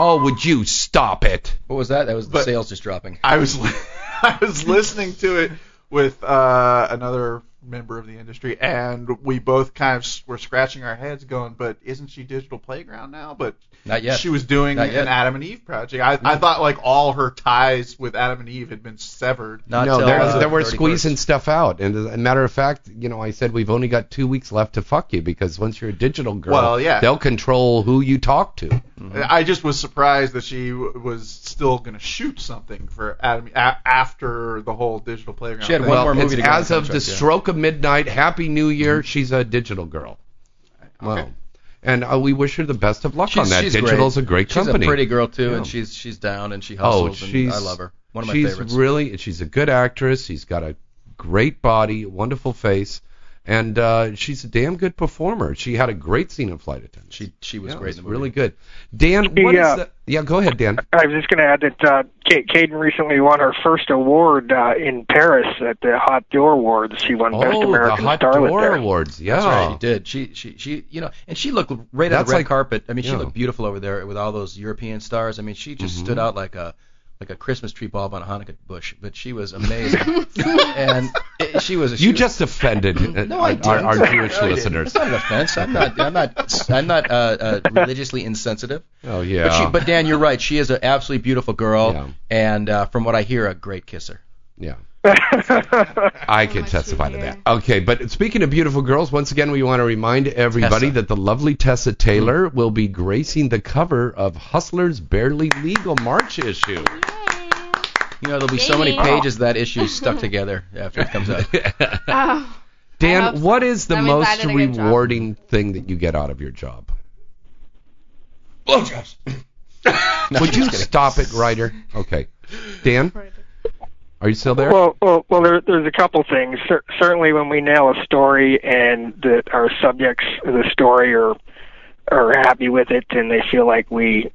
B: Oh, would you stop it?
C: What was that? That was the
E: But-
C: sales just dropping.
E: I was li- I was listening to it with uh, another member of the industry, and we both kind of s- were scratching our heads, going, "But isn't she Digital Playground now?" But
C: Not yet.
E: she was doing
C: Not
E: an
C: yet. Mm.
E: Adam and Eve project. I, I thought like all her ties with Adam and Eve had been severed.
C: Not
B: No,
C: till,
B: they're,
C: uh,
B: they were
C: 31st.
B: squeezing stuff out. And as a matter of fact, you know, I said we've only got two weeks left to fuck you because once you're a digital girl,
E: Well, yeah.
B: they'll control who you talk to.
E: I just was surprised that she w- was still going to shoot something for Adam a- after the whole Digital Playground.
C: She had
E: thing.
C: one
B: well,
C: more movie
B: it's
C: to go on
B: as of the
C: contract, yeah.
B: stroke of midnight. Happy New Year. She's a digital girl. Wow. And uh, we wish her the best of luck
C: She's,
B: on that.
C: she's
B: Digital's
C: great.
B: a great
C: she's
B: company.
C: a pretty girl too,
B: Yeah.
C: and she's she's down and she
B: Oh,
C: hustles. and
B: she's
C: I love her. One of my
B: she's
C: favorites.
B: really she's a good actress. She's got a great body, wonderful face, and uh, she's a damn good performer. She had a great scene in Flight Attendant.
C: she she was
B: Yeah,
C: great
B: it's
C: in the movie.
B: really good. Dan, what is
G: Yeah.
B: the, yeah? Go ahead, Dan.
G: I was just going to add that uh, Ka- Caden recently won her first award uh, in Paris at the Hot Door Awards. She won Best
B: Oh, the
G: American
B: Hot
G: Starlet
B: Door
G: there.
B: Awards. Yeah,
C: That's right. He did. She she she you know, and she looked right on
B: Oh. That's
C: the red
B: like-
C: carpet. I mean, she
B: yeah.
C: looked beautiful over there with all those European stars. I mean, she just
B: Mm-hmm.
C: stood out like a like a Christmas tree bulb on a Hanukkah bush. But she was amazing, and it, she was. She
B: you
C: was,
B: just Oh, offended uh,
C: No, I
B: our, our
C: didn't.
B: Jewish
C: No, I didn't.
B: listeners.
C: It's not an offense. I'm not. I'm not. I'm not uh, uh, religiously insensitive.
B: Oh yeah.
C: But, she, but Dan, you're right. She is an absolutely beautiful girl,
B: Yeah.
C: and uh, from what I hear, a great kisser.
B: Yeah. I can
D: much
B: testify to
D: easier.
B: that. Okay, but speaking of beautiful girls, once again, we want to remind everybody
C: Tessa.
B: that the lovely Tessa
D: Mm-hmm.
B: Taylor will be gracing the cover of Hustler's Barely Legal March issue.
C: You know, there'll be so many
D: Yay.
C: pages of that issue stuck together after it comes out.
D: Oh. hope
B: Dan,
D: so.
B: what is the
D: That means I
B: most
D: did a good job.
B: rewarding thing that you get out of your job? Would you stop it, Ryder? Okay. Dan, are you still there?
G: Well, well, well there, there's a couple things. Cer- certainly, when we nail a story and the, our subjects of the story are are happy with it and they feel like we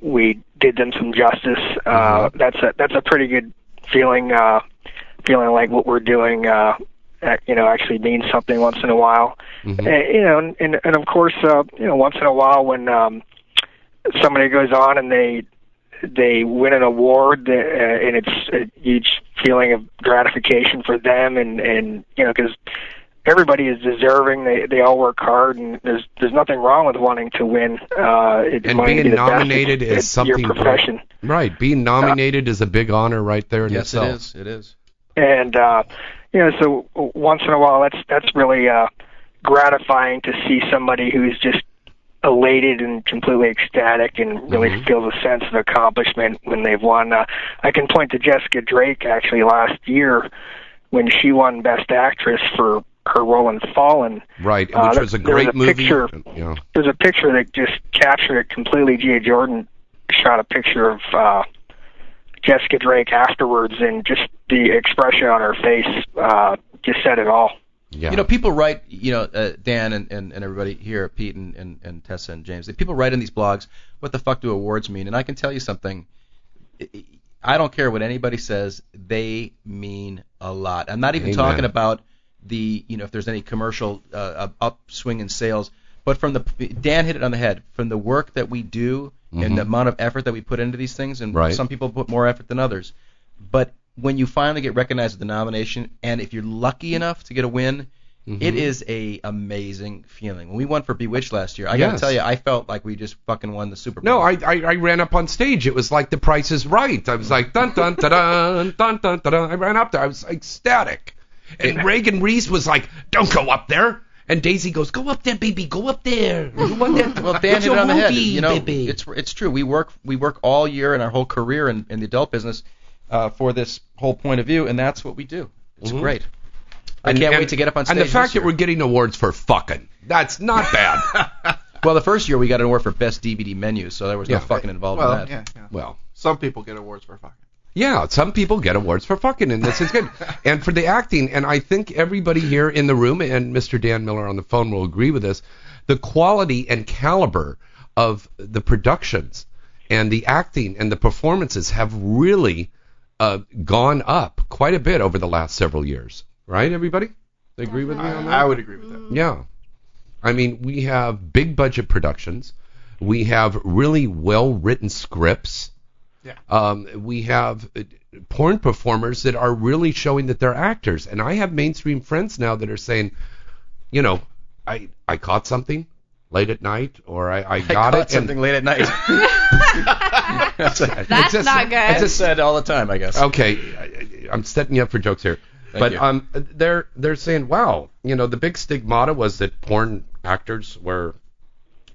G: we did them some justice, uh, that's a that's a pretty good feeling. Uh, feeling like what we're doing, uh, ac- you know, actually means something once in a while.
B: Mm-hmm.
G: And, you know, and- and and of course, uh, you know, once in a while when um, somebody goes on and they they win an award uh, and it's a huge feeling of gratification for them and and you know because everybody is deserving they they all work hard and there's there's nothing wrong with wanting to win uh it,
B: And
G: wanting to
B: being
G: be the best.
B: nominated
G: It's-
B: is
G: it's
B: something
G: your
B: great.
G: profession
B: Right. Being nominated is a big honor right there in
C: yes,
B: itself.
C: it is. It is.
G: and uh you know so w- once in a while that's that's really uh gratifying to see somebody who's just elated and completely ecstatic and really feels a sense of accomplishment when they've won uh, i can point to jessica drake actually last year when she won best actress for her role in fallen
B: Right,
G: Uh,
B: which
G: there-
B: was a
G: there
B: great
G: was a
B: movie.
G: picture-
B: Yeah.
G: there's a picture that just captured it completely. Gia Jordan shot a picture of uh, Jessica Drake afterwards, and just the expression on her face uh, just said it all.
B: Yeah.
C: You know, people write, you know, uh, Dan and, and, and everybody here, Pete and, and, and Tessa and James, that people write in these blogs, what the fuck do awards mean? And I can tell you something. I- I- I don't care what anybody says, they mean a lot. I'm not even
B: Amen.
C: talking about the, you know, if there's any commercial uh, uh, upswing in sales, but from the, Dan hit it on the head, from the work that we do and the amount of effort that we put into these things, and
B: Mm-hmm. Right.
C: some people put more effort than others. But when you finally get recognized with the nomination, and if you're lucky enough to get a win,
B: Mm-hmm.
C: it is a amazing feeling. When we won for Bewitched last year, I gotta
B: Yes.
C: tell you, I felt like we just fucking won the Super Bowl.
B: No, I, I I ran up on stage. It was like The Price is Right. I was like dun dun da dun dun dun da dun. I ran up there. I was ecstatic. And Reagan Reese was like, "Don't go up there." And Daisy goes, "Go up there, baby. Go up there." You want that?
C: Well, Dan hit
B: it's your
C: it on the head.
B: movie,
C: You know,
B: baby.
C: it's it's true. We work we work all year and our whole career in, in the adult business uh, for this whole point of view, and that's what we do. It's great. I can't wait to get up on stage.
B: Mm-hmm. And the fact
C: this
B: that we're
C: year.
B: getting awards for fucking, that's not bad.
C: well, the first year we got an award for best DVD menu, so there was
B: Yeah.
C: no fucking involved in
E: Well,
C: that.
E: yeah, yeah.
B: well,
E: Some people get awards for fucking.
B: Yeah, some people get awards for fucking, and this is good. and for the acting, and I think everybody here in the room and Mr. Dan Miller on the phone will agree with this. The quality and caliber of the productions and the acting and the performances have really uh, gone up quite a bit over the last several years. Right, everybody? They agree with me on that?
E: I, I would agree with
C: Mm.
E: that.
B: Yeah. I mean, we have big budget productions. We have really well written scripts.
E: Yeah.
B: Um, we have uh, porn performers that are really showing that they're actors. And I have mainstream friends now that are saying, you know, I I caught something late at night, or I, I
C: I caught
B: got it.
C: something late at night. That's
D: That's
B: just-
D: not good.
B: it's just-
C: said all the time, I guess.
B: okay, I- I- I'm setting you up for jokes here. but
C: you.
B: um, they're they're saying, wow, you know, the big stigmata was that porn actors were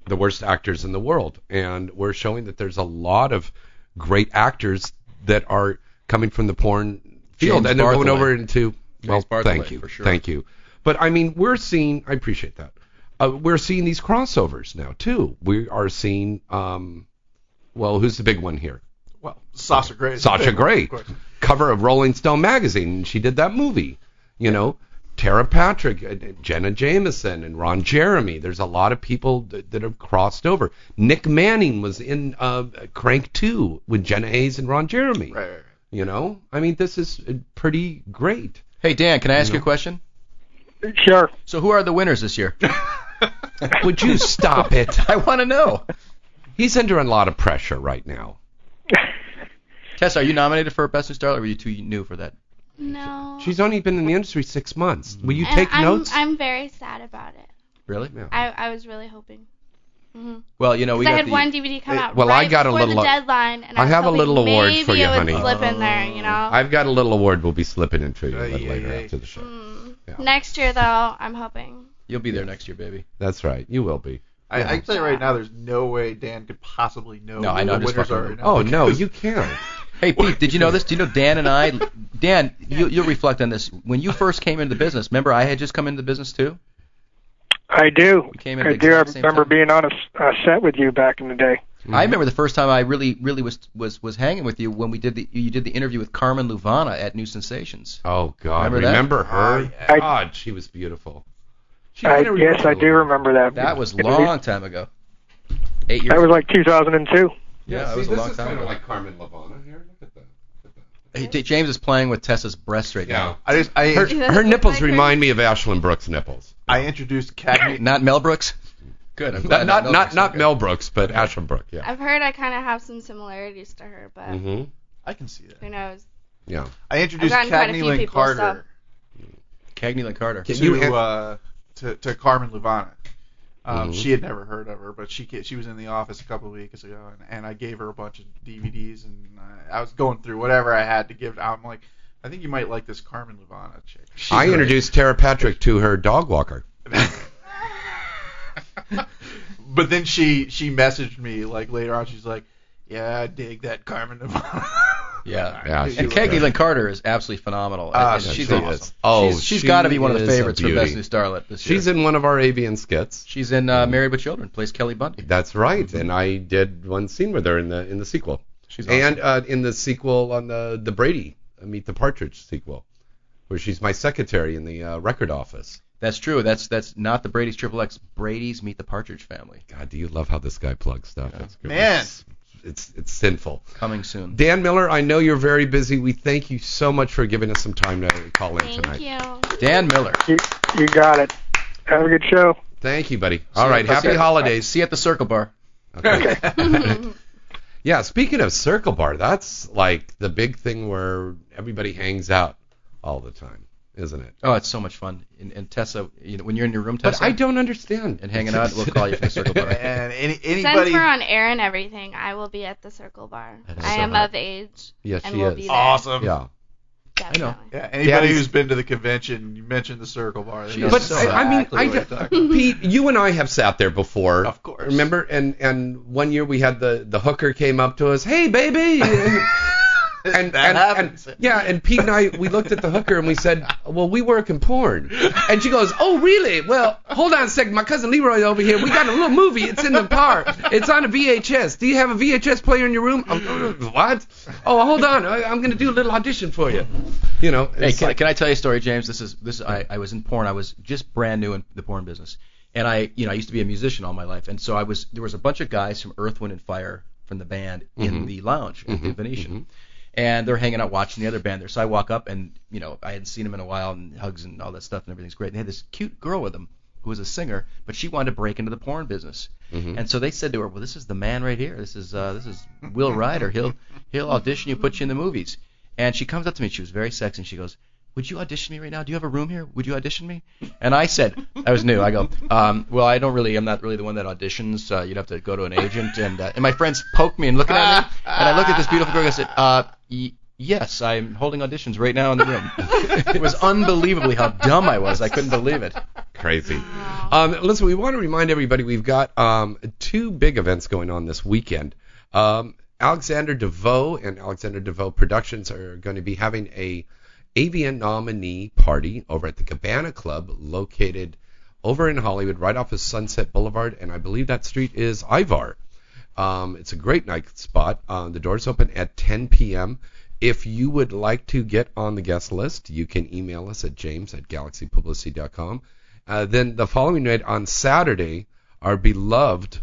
B: the worst actors in the world, and we're showing that there's a lot of great actors that are coming from the porn field,
C: James
B: and they're going
C: Barthelay.
B: over into well,
C: James Barthelay,
B: thank you,
C: for sure.
B: thank you. But I mean, we're seeing. I appreciate that. Uh, we're seeing these crossovers now too. We are seeing. Um, well, who's the big one here?
E: Well, Sasha Grey. is a
B: Sasha
E: big one,
B: Grey,
E: Of course.
B: cover of Rolling Stone magazine. and She did that movie. You know, Tara Patrick, uh, Jenna Jameson, and Ron Jeremy. There's a lot of people that, that have crossed over. Nick Manning was in uh, Crank 2 with Jenna Hayes and Ron Jeremy.
E: Right, right, right.
B: You know, I mean, this is uh, pretty great.
C: Hey Dan, can I ask you a question?
G: Sure.
C: So who are the winners this year?
B: Would you stop it?
C: I want to know.
B: He's under a lot of pressure right now.
C: Tess, are you nominated for best new star, or were you too new for that?
D: no.
B: She's only been in the industry six months. Will you
D: and
B: take
D: I'm,
B: notes?
D: I'm very sad about it.
C: Really?
D: I, I was really hoping. Mm-hmm.
C: Well, you know, we
D: I
C: got
D: had
C: the,
D: one DVD come out
B: eh, well, I
D: right
B: got a
D: before
B: little- uh,
D: the deadline, and I,
B: I
D: was
B: have a
D: hoping
B: little award
D: maybe
B: for you,
D: it would
B: honey.
D: slip in there, you know.
B: I've got a little award we'll be slipping into you a
E: Ay,
B: little
E: ay,
B: later
E: ay.
B: after the show.
D: Next year, though, I'm hoping.
C: You'll be there next year, baby.
B: That's right. You will be.
E: I, I can tell you right now, there's no way Dan could possibly know
C: No,
E: who
C: I know,
E: the
C: I'm just
E: winners
C: fucking
E: are
C: with
E: right now.
B: Oh no, you can't.
C: Hey, Pete, did you know this? Do you know Dan and I? Dan, you, you'll reflect on this. When you first came into the business, remember I had just come into the business too.
G: I do.
C: came in at
G: I
C: the
G: do. I
C: exact same
G: remember
C: time.
G: being on a s- a set with you back in the day.
C: I remember the first time I really, really was was was hanging with you when we did the you did the interview with Carmen Luvana at New Sensations.
B: Oh God,
C: Remember that?
B: remember, her?
G: I-
B: God, she was beautiful. She
G: I,
B: kinda
G: yes, I
B: reminded
G: do
B: me.
G: remember that.
C: That was
G: It
C: long time ago. Eight years.
G: That was like 2002.
B: Yeah,
C: yeah,
B: see,
C: that was a
B: this
C: long
B: is
C: time
B: kind
C: ago.
B: of like Carmen Lavana here. Look at that.
C: Hey, J- James is playing with Tessa's breast right
B: Yeah.
E: I just I
B: Her,
D: doesn't
B: her
D: look
B: nipples
D: like her.
B: remind me of Ashlyn Brooks' nipples.
E: I introduced
C: now.
E: Cagney.
C: Not Mel Brooks. Good. I'm glad
B: Not not
C: Mel Brooks.
B: not, not
C: Okay.
B: Mel Brooks, but Ashlyn Brooks. Yeah.
D: I've heard I kind of have some similarities to her, but
B: hmm
E: I can see that.
D: who knows?
B: Yeah.
E: I introduced
D: I've gotten quite a
E: Cagney
D: few
E: Lynn
D: people,
E: Carter
C: Cagney Lynn Carter.
B: Can you
E: to,
B: an-
E: uh, to to Carmen Luvana. Um,
B: Mhm.
E: She had never heard of her, but she ca- she was in the office a couple of weeks ago, and, and I gave her a bunch of DVDs, and uh, I was going through whatever I had to give. I'm like, I think you might like this Carmen Luvana chick. She's
B: I
E: great.
B: introduced Tara Patrick to her dog walker.
E: but then she she messaged me like later on. She's like, "Yeah, I dig that Carmen Nirvana."
C: Yeah.
B: Yeah, she
C: And
B: was good.
C: Cagney Lynn Carter is absolutely phenomenal.
E: Ah,
C: And- and
E: she
C: she's
E: is.
C: awesome.
B: Oh,
C: she's, she's
B: she
C: got to be one of the
B: is a
C: favorites for best
B: beauty.
C: new starlet this year.
B: She's in one of our avian skits.
C: She's in uh, Married with Children, plays Kelly Bundy.
B: That's right, and I did one scene with her in the in the sequel.
C: She's awesome.
B: and uh, in the sequel on the the Brady uh, Meet the Partridge sequel, where she's my secretary in the uh, record office.
C: That's true. That's that's not the Brady's Triple X. Brady's Meet the Partridge Family
B: God, do you love how this guy plugs stuff? It's-
E: Man.
B: it's, it's it's sinful.
C: coming soon.
B: Dan Miller, I know you're very busy. We thank you so much for giving us some time to call in
D: Thank
B: tonight.
D: you.
C: Dan Miller.
G: You, you got it. Have a good show.
B: Thank you, buddy. All right, happy holidays.
C: See you at the Circle Bar.
B: Okay. yeah, speaking of Circle Bar, that's like the big thing where everybody hangs out all the time, isn't it?
C: Oh, it's so much fun. And, and Tessa, you know, when you're in your room, Tessa,
B: But I don't understand.
C: and hanging out, we'll call you from the Circle Bar.
E: And any,
D: Since
E: anybody.
D: we're on air and everything, I will be at the Circle Bar.
B: That is
D: I
B: so
D: am
B: hot.
D: of age.
B: Yes,
D: and
B: she
D: we'll
B: is.
D: be there.
E: Awesome.
B: Yeah.
D: Definitely.
C: know.
E: Yeah, anybody
B: Daddy's-
E: who's been to the convention, you mentioned the circle bar. they
C: She
E: know
C: is
B: But
C: so
E: exactly
B: I, I mean, I
E: what
B: don't-
E: you're talking about.
B: Pete, you and I have sat there before.
E: Of course.
B: Remember? And and one year we had the the hooker came up to us, hey baby. and, and,
E: That
B: and,
E: happens.
B: yeah, and Pete and I we looked at the hooker and we said, well, we work in porn. And she goes, oh really? Well, hold on a second, my cousin Leroy over here. We got a little movie. It's in the car. It's on a VHS. Do you have a VHS player in your room? I'm, what? Oh, hold on. I, I'm gonna do a little audition for you. You know.
C: Hey,
B: it's
C: can,
B: like-
C: can I tell you a story, James? This is this. I, I was in porn. I was just brand new in the porn business, and I, you know, I used to be a musician all my life, and so I was. There was a bunch of guys from Earth, Wind, and Fire from the band
E: Mm-hmm.
C: in the lounge at the Venetian, and they're hanging out watching the other band there. So I walk up, and you know, I hadn't seen them in a while, and hugs and all that stuff, and everything's great. And they had this cute girl with them who was a singer, but she wanted to break into the porn business. And so they said to her, "Well, this is the man right here. This is uh, this is Will Ryder. He'll he'll audition you, put you in the movies." And she comes up to me. She was very sexy, and she goes, "Would you audition me right now? Do you have a room here? Would you audition me?" And I said, "I was new. I go, um, well, I don't really. I'm not really the one that auditions. Uh, you'd have to go to an agent." And uh, and my friends poke me and looking at me, and I look at this beautiful girl. and I said, uh, y- "Yes, I'm holding auditions right now in the room." it was unbelievably how dumb I was. I couldn't believe it.
B: crazy. Um, listen, we want to remind everybody we've got um, two big events going on this weekend. Um, Alexander DeVoe and Alexander DeVoe Productions are going to be having a AVN nominee party over at the Cabana Club, located over in Hollywood, right off of Sunset Boulevard, and I believe that street is Ivar. Um, it's a great night spot. Um, the doors open at 10 p.m. If you would like to get on the guest list, you can email us at james at galaxypublicity.com. Uh, then the following night on Saturday, our beloved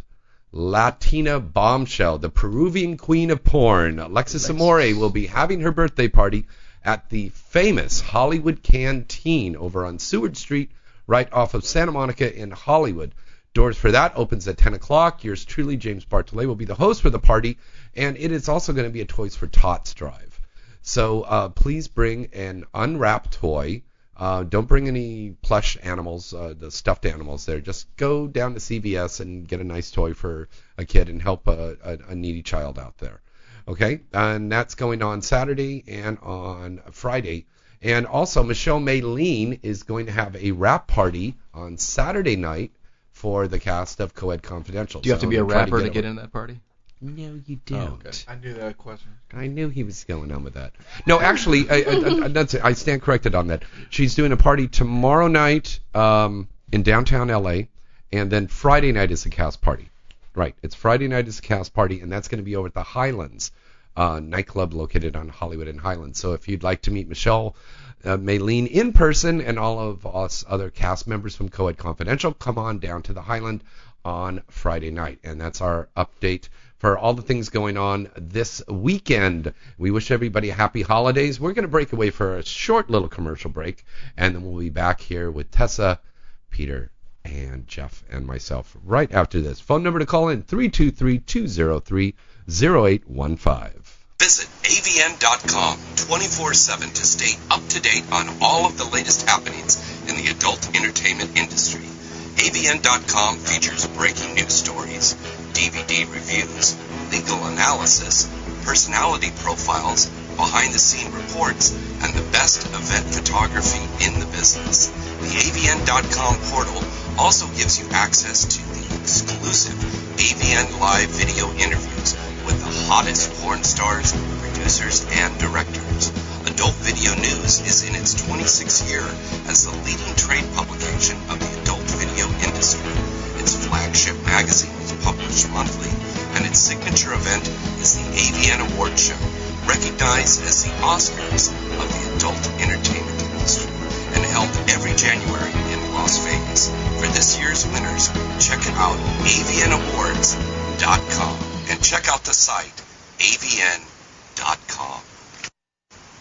B: Latina bombshell, the Peruvian queen of porn, Alexis Amore, will be having her birthday party at the famous Hollywood Canteen over on Seward Street, right off of Santa Monica in Hollywood. Doors for that opens at 10 o'clock. Yours truly, James Bartolet, will be the host for the party, and it is also going to be a Toys for Tots drive. So uh, please bring an unwrapped toy. Uh, don't bring any plush animals, uh, the stuffed animals there. Just go down to CVS and get a nice toy for a kid and help a, a, a needy child out there. Okay, and that's going on Saturday and on Friday. And also, Michelle Maylene is going to have a wrap party on Saturday night for the cast of Coed Confidential.
C: Do you have to
B: So
C: be a
B: I'm trying
C: rapper to
B: a-
C: get into that party?
B: No, you don't.
C: okay.
E: I knew that question.
B: I knew he was going on with that. No, actually, I, I, I, that's it. I stand corrected on that. She's doing a party tomorrow night um, in downtown LA, and then Friday night is the cast party. Right, it's Friday night is the cast party, and that's going to be over at the Highlands uh, nightclub located on Hollywood and Highlands. So if you'd like to meet Michelle uh, Maylene in person and all of us other cast members from Coed Confidential, come on down to the Highland on Friday night. And that's our update for all the things going on this weekend. We wish everybody a happy holidays. We're going to break away for a short little commercial break, and then we'll be back here with Tessa, Peter, and Jeff and myself right after this. Phone number to call in 323 203 0815.
H: Visit avn.com 24 7 to stay up to date on all of the latest happenings in the adult entertainment industry. avn.com features breaking news stories, DVD reviews, legal analysis, personality profiles, behind the scene reports, and the best event photography in the business. The avn.com portal also gives you access to the exclusive AVN live video interviews with the hottest porn stars, producers, and directors. Adult Video News is in its 26th year as the leading trade publication of the adult video industry. Its flagship magazine is published monthly, and its signature event is the AVN Award Show, recognized as the Oscars of the adult entertainment industry, and held every January in Las Vegas. For this year's winners, check it out, avnawards.com, and check out the site, avn.com.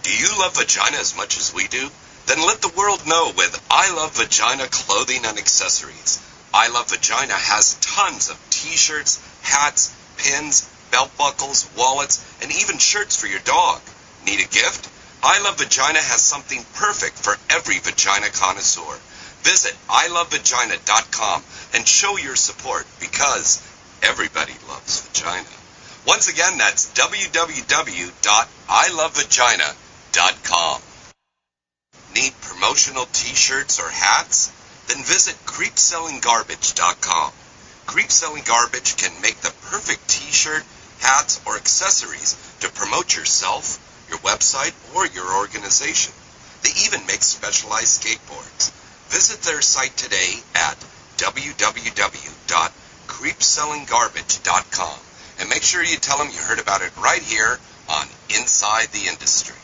H: Do you love vagina as much as we do? Then let the world know with I Love Vagina clothing and accessories. I Love Vagina has tons of t shirts, hats, pins, belt buckles, wallets, and even shirts for your dog. Need a gift? I Love Vagina has something perfect for every vagina connoisseur. Visit ilovevagina.com and show your support because everybody loves vagina. Once again, that's www.ilovevagina.com. Need promotional t shirts or hats? Then visit creepsellinggarbage.com. Creep Selling Garbage can make the perfect t shirt, hats, or accessories to promote yourself, your website, or your organization. They even make specialized skateboards. Visit their site today at www.creepsellinggarbage.com and make sure you tell them you heard about it right here on Inside the Industry.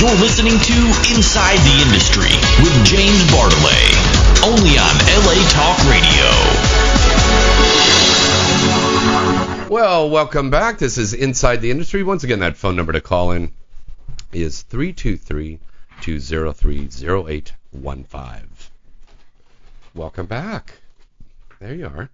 A: You're listening to Inside the Industry with James Bartolet, only on LA Talk Radio.
B: Well, welcome back. This is Inside the Industry. Once again, that phone number to call in is 323 203 0815. Welcome back. There you are.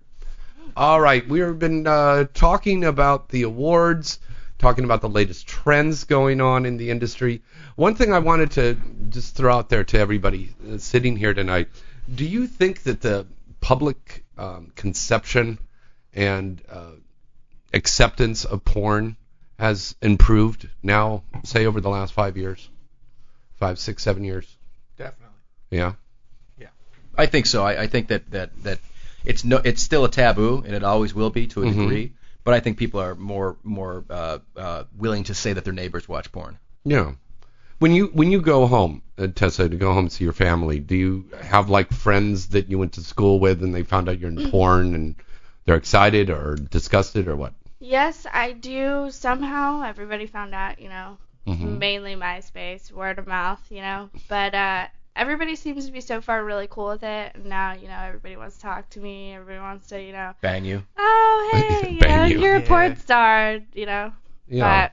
B: All right, we've been uh, talking about the awards, talking about the latest trends going on in the industry. One thing I wanted to just throw out there to everybody uh, sitting here tonight do you think that the public um, conception and uh, acceptance of porn has improved now, say, over the last five years? Five, six, seven years?
E: Definitely.
B: Yeah.
C: I think so. I, I think that, that that it's no, it's still a taboo, and it always will be to a
B: Mhm.
C: degree. But I think people are more more uh, uh, willing to say that their neighbors watch porn.
B: Yeah. When you when you go home, uh, Tessa, to go home to your family, do you have like friends that you went to school with and they found out you're in porn and they're excited or disgusted or what?
D: Yes, I do. Somehow everybody found out, you know,
B: Mhm.
D: mainly MySpace, word of mouth, you know. But uh, everybody seems to be so far really cool with it. And now, you know, everybody wants to talk to me. Everybody wants to, you know,
C: Bang you.
D: oh, hey, you know,
B: Bang you.
D: you're a
E: Yeah.
D: porn star, you know.
B: Yeah.
D: But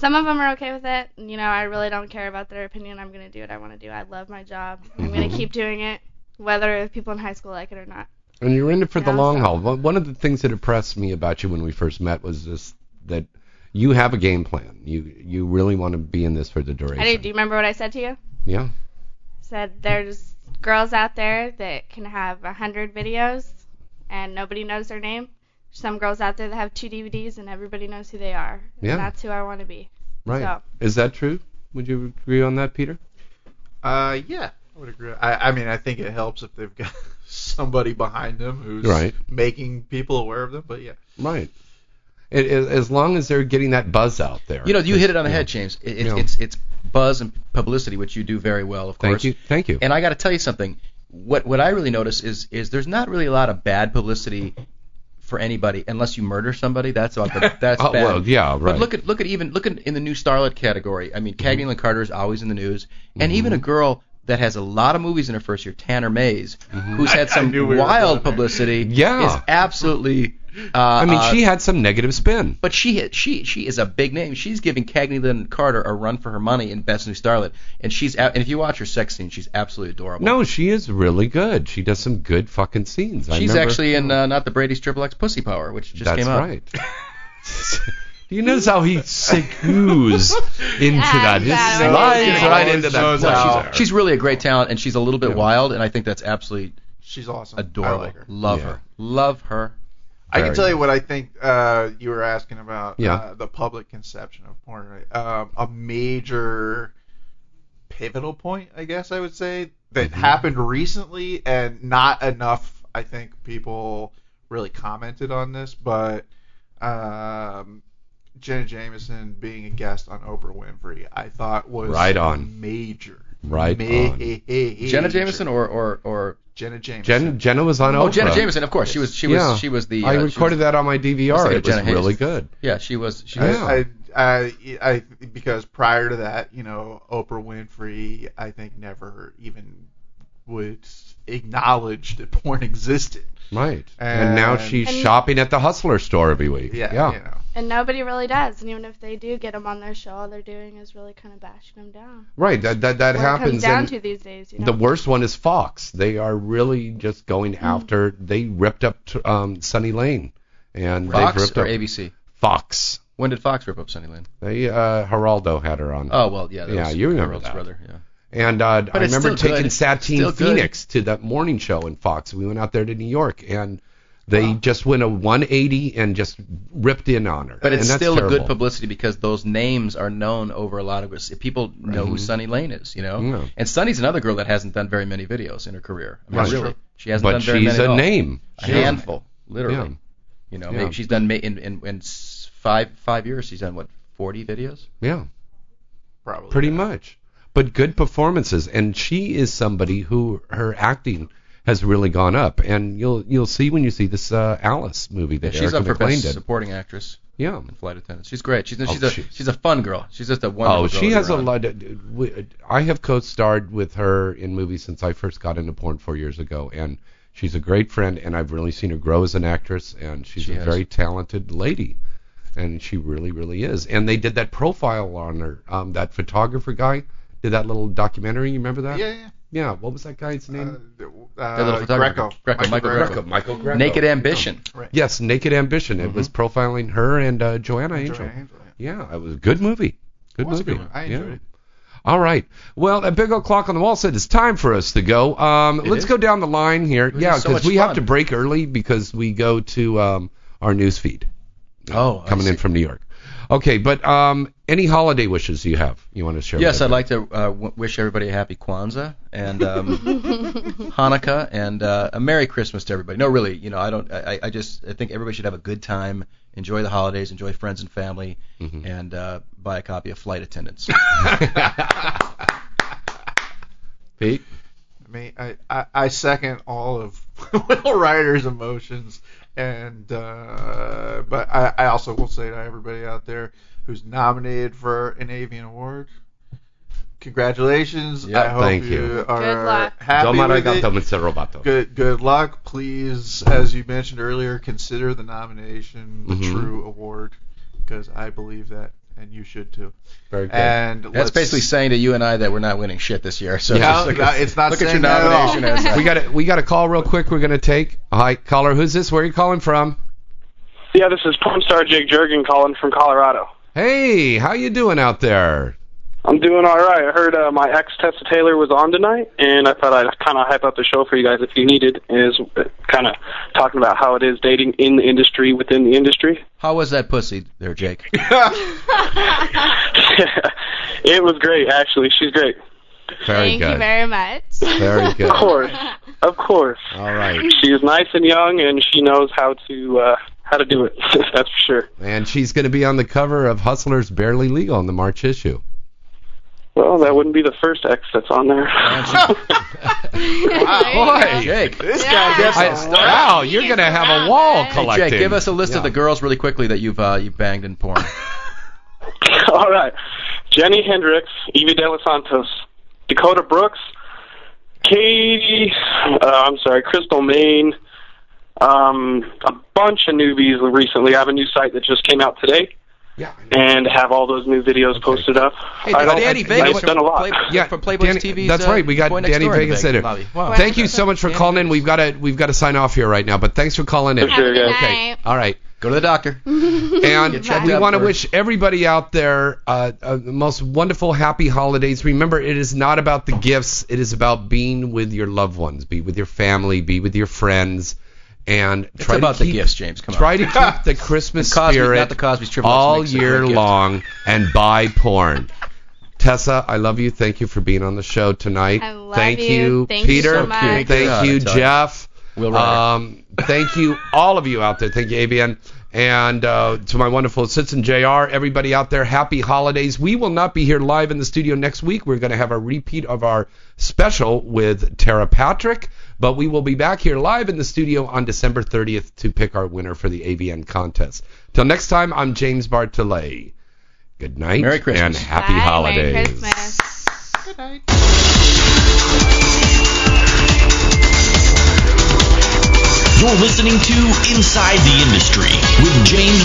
D: some of them are okay with it. and, You know, I really don't care about their opinion. I'm going to do what I want to do. I love my job. I'm going
B: Mhm.
D: to keep doing it, whether people in high school like it or not.
B: and you're in it for the
D: Yeah.
B: long haul. One one of the things that impressed me about you when we first met was this that you have a game plan. You you really want to be in this for the duration.
D: I do. Do you remember what I said to you?
B: Yeah.
D: said there's girls out there that can have a hundred videos and nobody knows their name. Some girls out there that have two DVDs and everybody knows who they are.
B: Yeah.
D: And that's who I want to be.
B: Right.
D: So-
B: Is that true? Would you agree on that, Peter?
E: Uh, yeah, I would agree. I, I mean, I think it helps if they've got somebody behind them who's
B: Right.
E: making people aware of them. But yeah,
B: Right. It, it, as long as they're getting that buzz out there.
C: You know, you hit it on the
B: Yeah.
C: head, James. It, it,
B: Yeah.
C: It's it's buzz and publicity, which you do very well, of
B: Thank
C: course.
B: you. Thank you.
C: And I got to tell you something. What what I really notice is is there's not really a lot of bad publicity for anybody unless you murder somebody. That's about the, that's
B: Oh,
C: bad.
B: well, yeah, right. Mm-hmm.
C: But look at look at even look at, in the new starlet category. I mean, Cagney and Carter is always in the news, and even a girl that has a lot of movies in her first year, Tanner Mays,
B: Mm-hmm.
C: who's had
E: I
C: some
E: knew we were
C: wild
E: going there.
C: publicity,
B: Yeah.
C: is absolutely. Uh,
B: I mean,
C: uh,
B: she had some negative spin.
C: but she hit, she she is a big name. She's giving Cagney and Carter a run for her money in Best New Starlet, and she's a- and if you watch her sex scene, she's absolutely adorable.
B: No, she is really good. She does some good fucking scenes. I
C: She's
B: remember-
C: actually in uh, not the Brady's Triple X Pussy Power, which just
B: That's
C: came out.
B: right. Do you notice how he segues into
D: Yeah,
B: that? He
D: yeah,
B: just
D: I
B: slides
D: noticed that.
B: right into that.
E: Always knows
B: plot.
E: how-
C: She's, she's really a great talent, and she's a little bit wild, and I think that's absolutely
E: she's awesome.
C: adorable.
E: I like her.
C: Love
B: Yeah.
C: her. Love her.
E: I can
B: Very
E: tell you what I think uh, you were asking about
B: Yeah.
E: uh, the public conception of porn. Right? Um, a major pivotal point, I guess I would say, that
B: Mm-hmm.
E: happened recently, and not enough, I think, people really commented on this, but um, Jenna Jameson being a guest on Oprah Winfrey, I thought was
B: Right on.
E: major.
B: Right on.
E: Major.
C: Jenna Jameson or or or
E: Jenna Jameson.
B: Jen, Jenna was on
C: Oh,
B: Oprah.
C: Jenna Jameson, of course. She was. She was.
B: Yeah.
C: She was the.
B: I
C: uh, she
B: recorded
C: was-
B: that on my DVR.
C: Looks like
B: It
C: a
B: was
C: Jenna Hayes.
B: really good.
C: Yeah, she was. She was.
B: Yeah.
E: I, I, I, because prior to that, you know, Oprah Winfrey, I think never even would acknowledge that porn existed.
B: Right. And, now
E: And-
B: she's
D: And-
B: shopping at the Hustler store every week.
E: Yeah, you know.
D: And nobody really does. And even if they do get them on their show, all they're doing is really kind of bashing them down.
B: Right. That that, that
D: What it comes
B: happens.
D: down
B: and
D: to these days, you know. Mm.
B: the worst one is Fox. They are really just going after. They ripped up t- um, Sunny Lane, and they've
C: Fox
B: ripped
C: or
B: up
C: ABC?
B: Fox.
C: When did Fox rip up Sunny Lane?
B: They uh, Geraldo had her on.
C: Oh well, yeah. That
B: Yeah,
C: was
B: you remember
C: Harold's
B: that.
C: brother? Yeah.
B: And uh, I
C: it's
B: remember
C: still good.
B: taking
C: It's
B: Satine
C: still good.
B: Phoenix to that morning show in Fox. We went out there to New York, and they just went a 180 and just ripped in on her.
C: But it's
B: And that's
C: still a good
B: terrible.
C: publicity because those names are known over a lot of us. People know who Sunny Lane is, you know.
B: Mm-hmm. Yeah.
C: And Sunny's another girl that hasn't done very many videos in her career. I mean,
B: Right.
C: really, she hasn't
B: But
C: done very
B: she's
C: many. at
B: a
C: all.
B: name.
C: a
B: She's-
C: handful, literally.
B: Yeah.
C: You know,
B: Yeah.
C: maybe she's done ma- in, in in s- five five years. She's done what forty videos.
B: Yeah.
E: Probably.
B: Pretty much. But good performances, and she is somebody who her acting has really gone up, and you'll you'll see when you see this uh, Alice movie that
C: she's
B: Erica
C: up for
B: McLean
C: best
B: did.
C: supporting actress
B: Yeah.
C: in Flight Attendant. She's great. She's she's
B: Oh,
C: a
B: she-
C: she's a fun girl. She's just a wonderful.
B: Oh,
C: girl
B: she
C: to
B: has
C: be
B: a
C: around.
B: lot. Of, we- I have co-starred with her in movies since I first got into porn four years ago, and she's a great friend, and I've really seen her grow as an actress, and she's
C: She
B: a
C: has.
B: very talented lady, and she really, really is. And they did that profile on her. Um, that photographer guy did that little documentary. You remember that?
E: Yeah, yeah.
B: Yeah. What was that guy's name?
E: Uh, uh,
C: That little photographer.
E: Greco.
C: Greco, Michael Greco.
E: Uh,
B: Michael Greco.
C: Naked Ambition.
B: Yes, Naked Ambition. It was profiling her and uh, Joanna Angel.
E: Joanna Angel, yeah.
B: Yeah, it was a good movie. Good
E: was a
B: movie.
E: good one. I enjoyed
B: Yeah.
E: it.
B: All right. Well, a big old clock on the wall said it's time for us to go. Um,
C: is?
B: let's go down the line here.
C: was
B: yeah,
C: just so
B: because
C: much
B: we have
C: fun.
B: to break early because we go to um, our news feed
C: Oh, I
B: coming in
C: see.
B: from New York. Okay, but um, any holiday wishes you have you want to share?
C: Yes,
B: with
C: I'd like to uh, w- wish everybody a happy Kwanzaa and um, Hanukkah and uh, a Merry Christmas to everybody. No, really, you know, I don't. I, I- I just I think everybody should have a good time, enjoy the holidays, enjoy friends and family,
B: Mm-hmm.
C: and uh, buy a copy of Flight Attendants.
B: Pete?
E: I mean, I, I, I second all of Will Ryder's emotions, and uh, but I, I also will say to everybody out there who's nominated for an Avian Award, congratulations!
C: Yeah,
E: I hope
B: thank
E: you,
B: you.
E: are
D: Good luck.
E: happy with it.
B: Roboto.
E: Good good luck. Please, as you mentioned earlier, consider the nomination the
C: Mm-hmm.
B: Mhm.
E: true award, because I believe that, and you should too.
B: Very good.
E: And
C: Uh, That's
E: let's-
C: basically saying to you and I that we're not winning shit this year. So
E: No,
C: just look
E: no,
C: at,
E: it's not
C: look at your
E: saying that at all.
C: nomination as
B: we got a, we got a call real quick. We're gonna take. Hi, caller. Who's this? Where are you calling from?
G: Yeah, this is porn star Jake Jergen calling from Colorado.
B: Hey, how you doing out there?
G: I'm doing all right. I heard uh, my ex Tessa Taylor was on tonight, and I thought I'd kind of hype up the show for you guys if you needed. Is kind of talking about how it is dating in the industry within the industry.
C: how was that pussy there, Jake?
G: it was great, actually. She's great.
B: Very
D: Thank
B: good.
D: you very much.
B: Very good.
G: Of course, of course.
B: All right.
G: She is nice and young, and she knows how to uh, how to do it. That's for sure.
B: And she's going to be on the cover of Hustlers Barely Legal in the March issue.
G: Well, that wouldn't be the first ex that's on there.
B: Boy,
C: Jake,
E: this guy gets
B: I-
E: a
B: wow, you're going to have a wall collecting.
C: Jake, give us a list
B: Yeah.
C: of the girls really quickly that you've uh, you banged in porn.
G: All right. Jenny Hendricks, Evie De Los Santos, Dakota Brooks, Katie, uh, I'm sorry, Crystal Maine, um, a bunch of newbies recently. I have a new site that just came out today
B: Yeah.
G: and have all those new videos posted up.
C: Hey,
G: I don't,
C: Danny
G: I've
C: Vegas
G: done a
C: from
G: lot.
C: Play-
B: Yeah,
C: from Playboy's
B: Danny-
C: TV's.
B: that's
C: uh,
B: right, we got
C: Boy Next
B: Danny
C: Door in the
B: Vegas
C: Vegas
B: in it.
C: lobby. Wow.
B: Thank you so much for
C: Danny
B: calling in.
C: Vegas.
B: We've got to we've got to sign off here right now, but thanks for calling in.
G: Sure, guys.
B: Okay.
D: Okay.
B: All right.
C: Go to the doctor.
B: Mm-hmm. And
C: checked
B: we
C: out
B: want to
C: first.
B: wish everybody out there uh, uh, the most wonderful, happy holidays. Remember, it is not about the gifts; it is about being with your loved ones, be with your family, be with your friends, and
C: It's
B: try
C: about
B: to
C: the
B: keep,
C: gifts, James. Come on.
B: Try to keep the Christmas
C: The Cosby-
B: spirit
C: not the Cosby's triple X
B: all
C: makes a
B: year
C: great gift.
B: long, and buy porn. Tessa, I love you. Thank you for being on the show tonight.
D: I love
B: thank
D: you.
B: you,
D: Thank you
B: Peter.
D: so much. So cute.
B: Thank
C: God,
B: you,
C: I tell you.
B: Jeff.
C: Will Ryder.
B: um, thank you, all of you out there. Thank you, ABN. And uh, to my wonderful assistant, JR, everybody out there, happy holidays. We will not be here live in the studio next week. We're going to have a repeat of our special with Tara Patrick. But we will be back here live in the studio on December 30th to pick our winner for the AVN contest. Till next time, I'm James Bartolet. Good night.
C: Merry Christmas.
B: And happy
D: Bye,
B: holidays.
D: Merry Christmas.
A: You're listening to Inside the Industry with James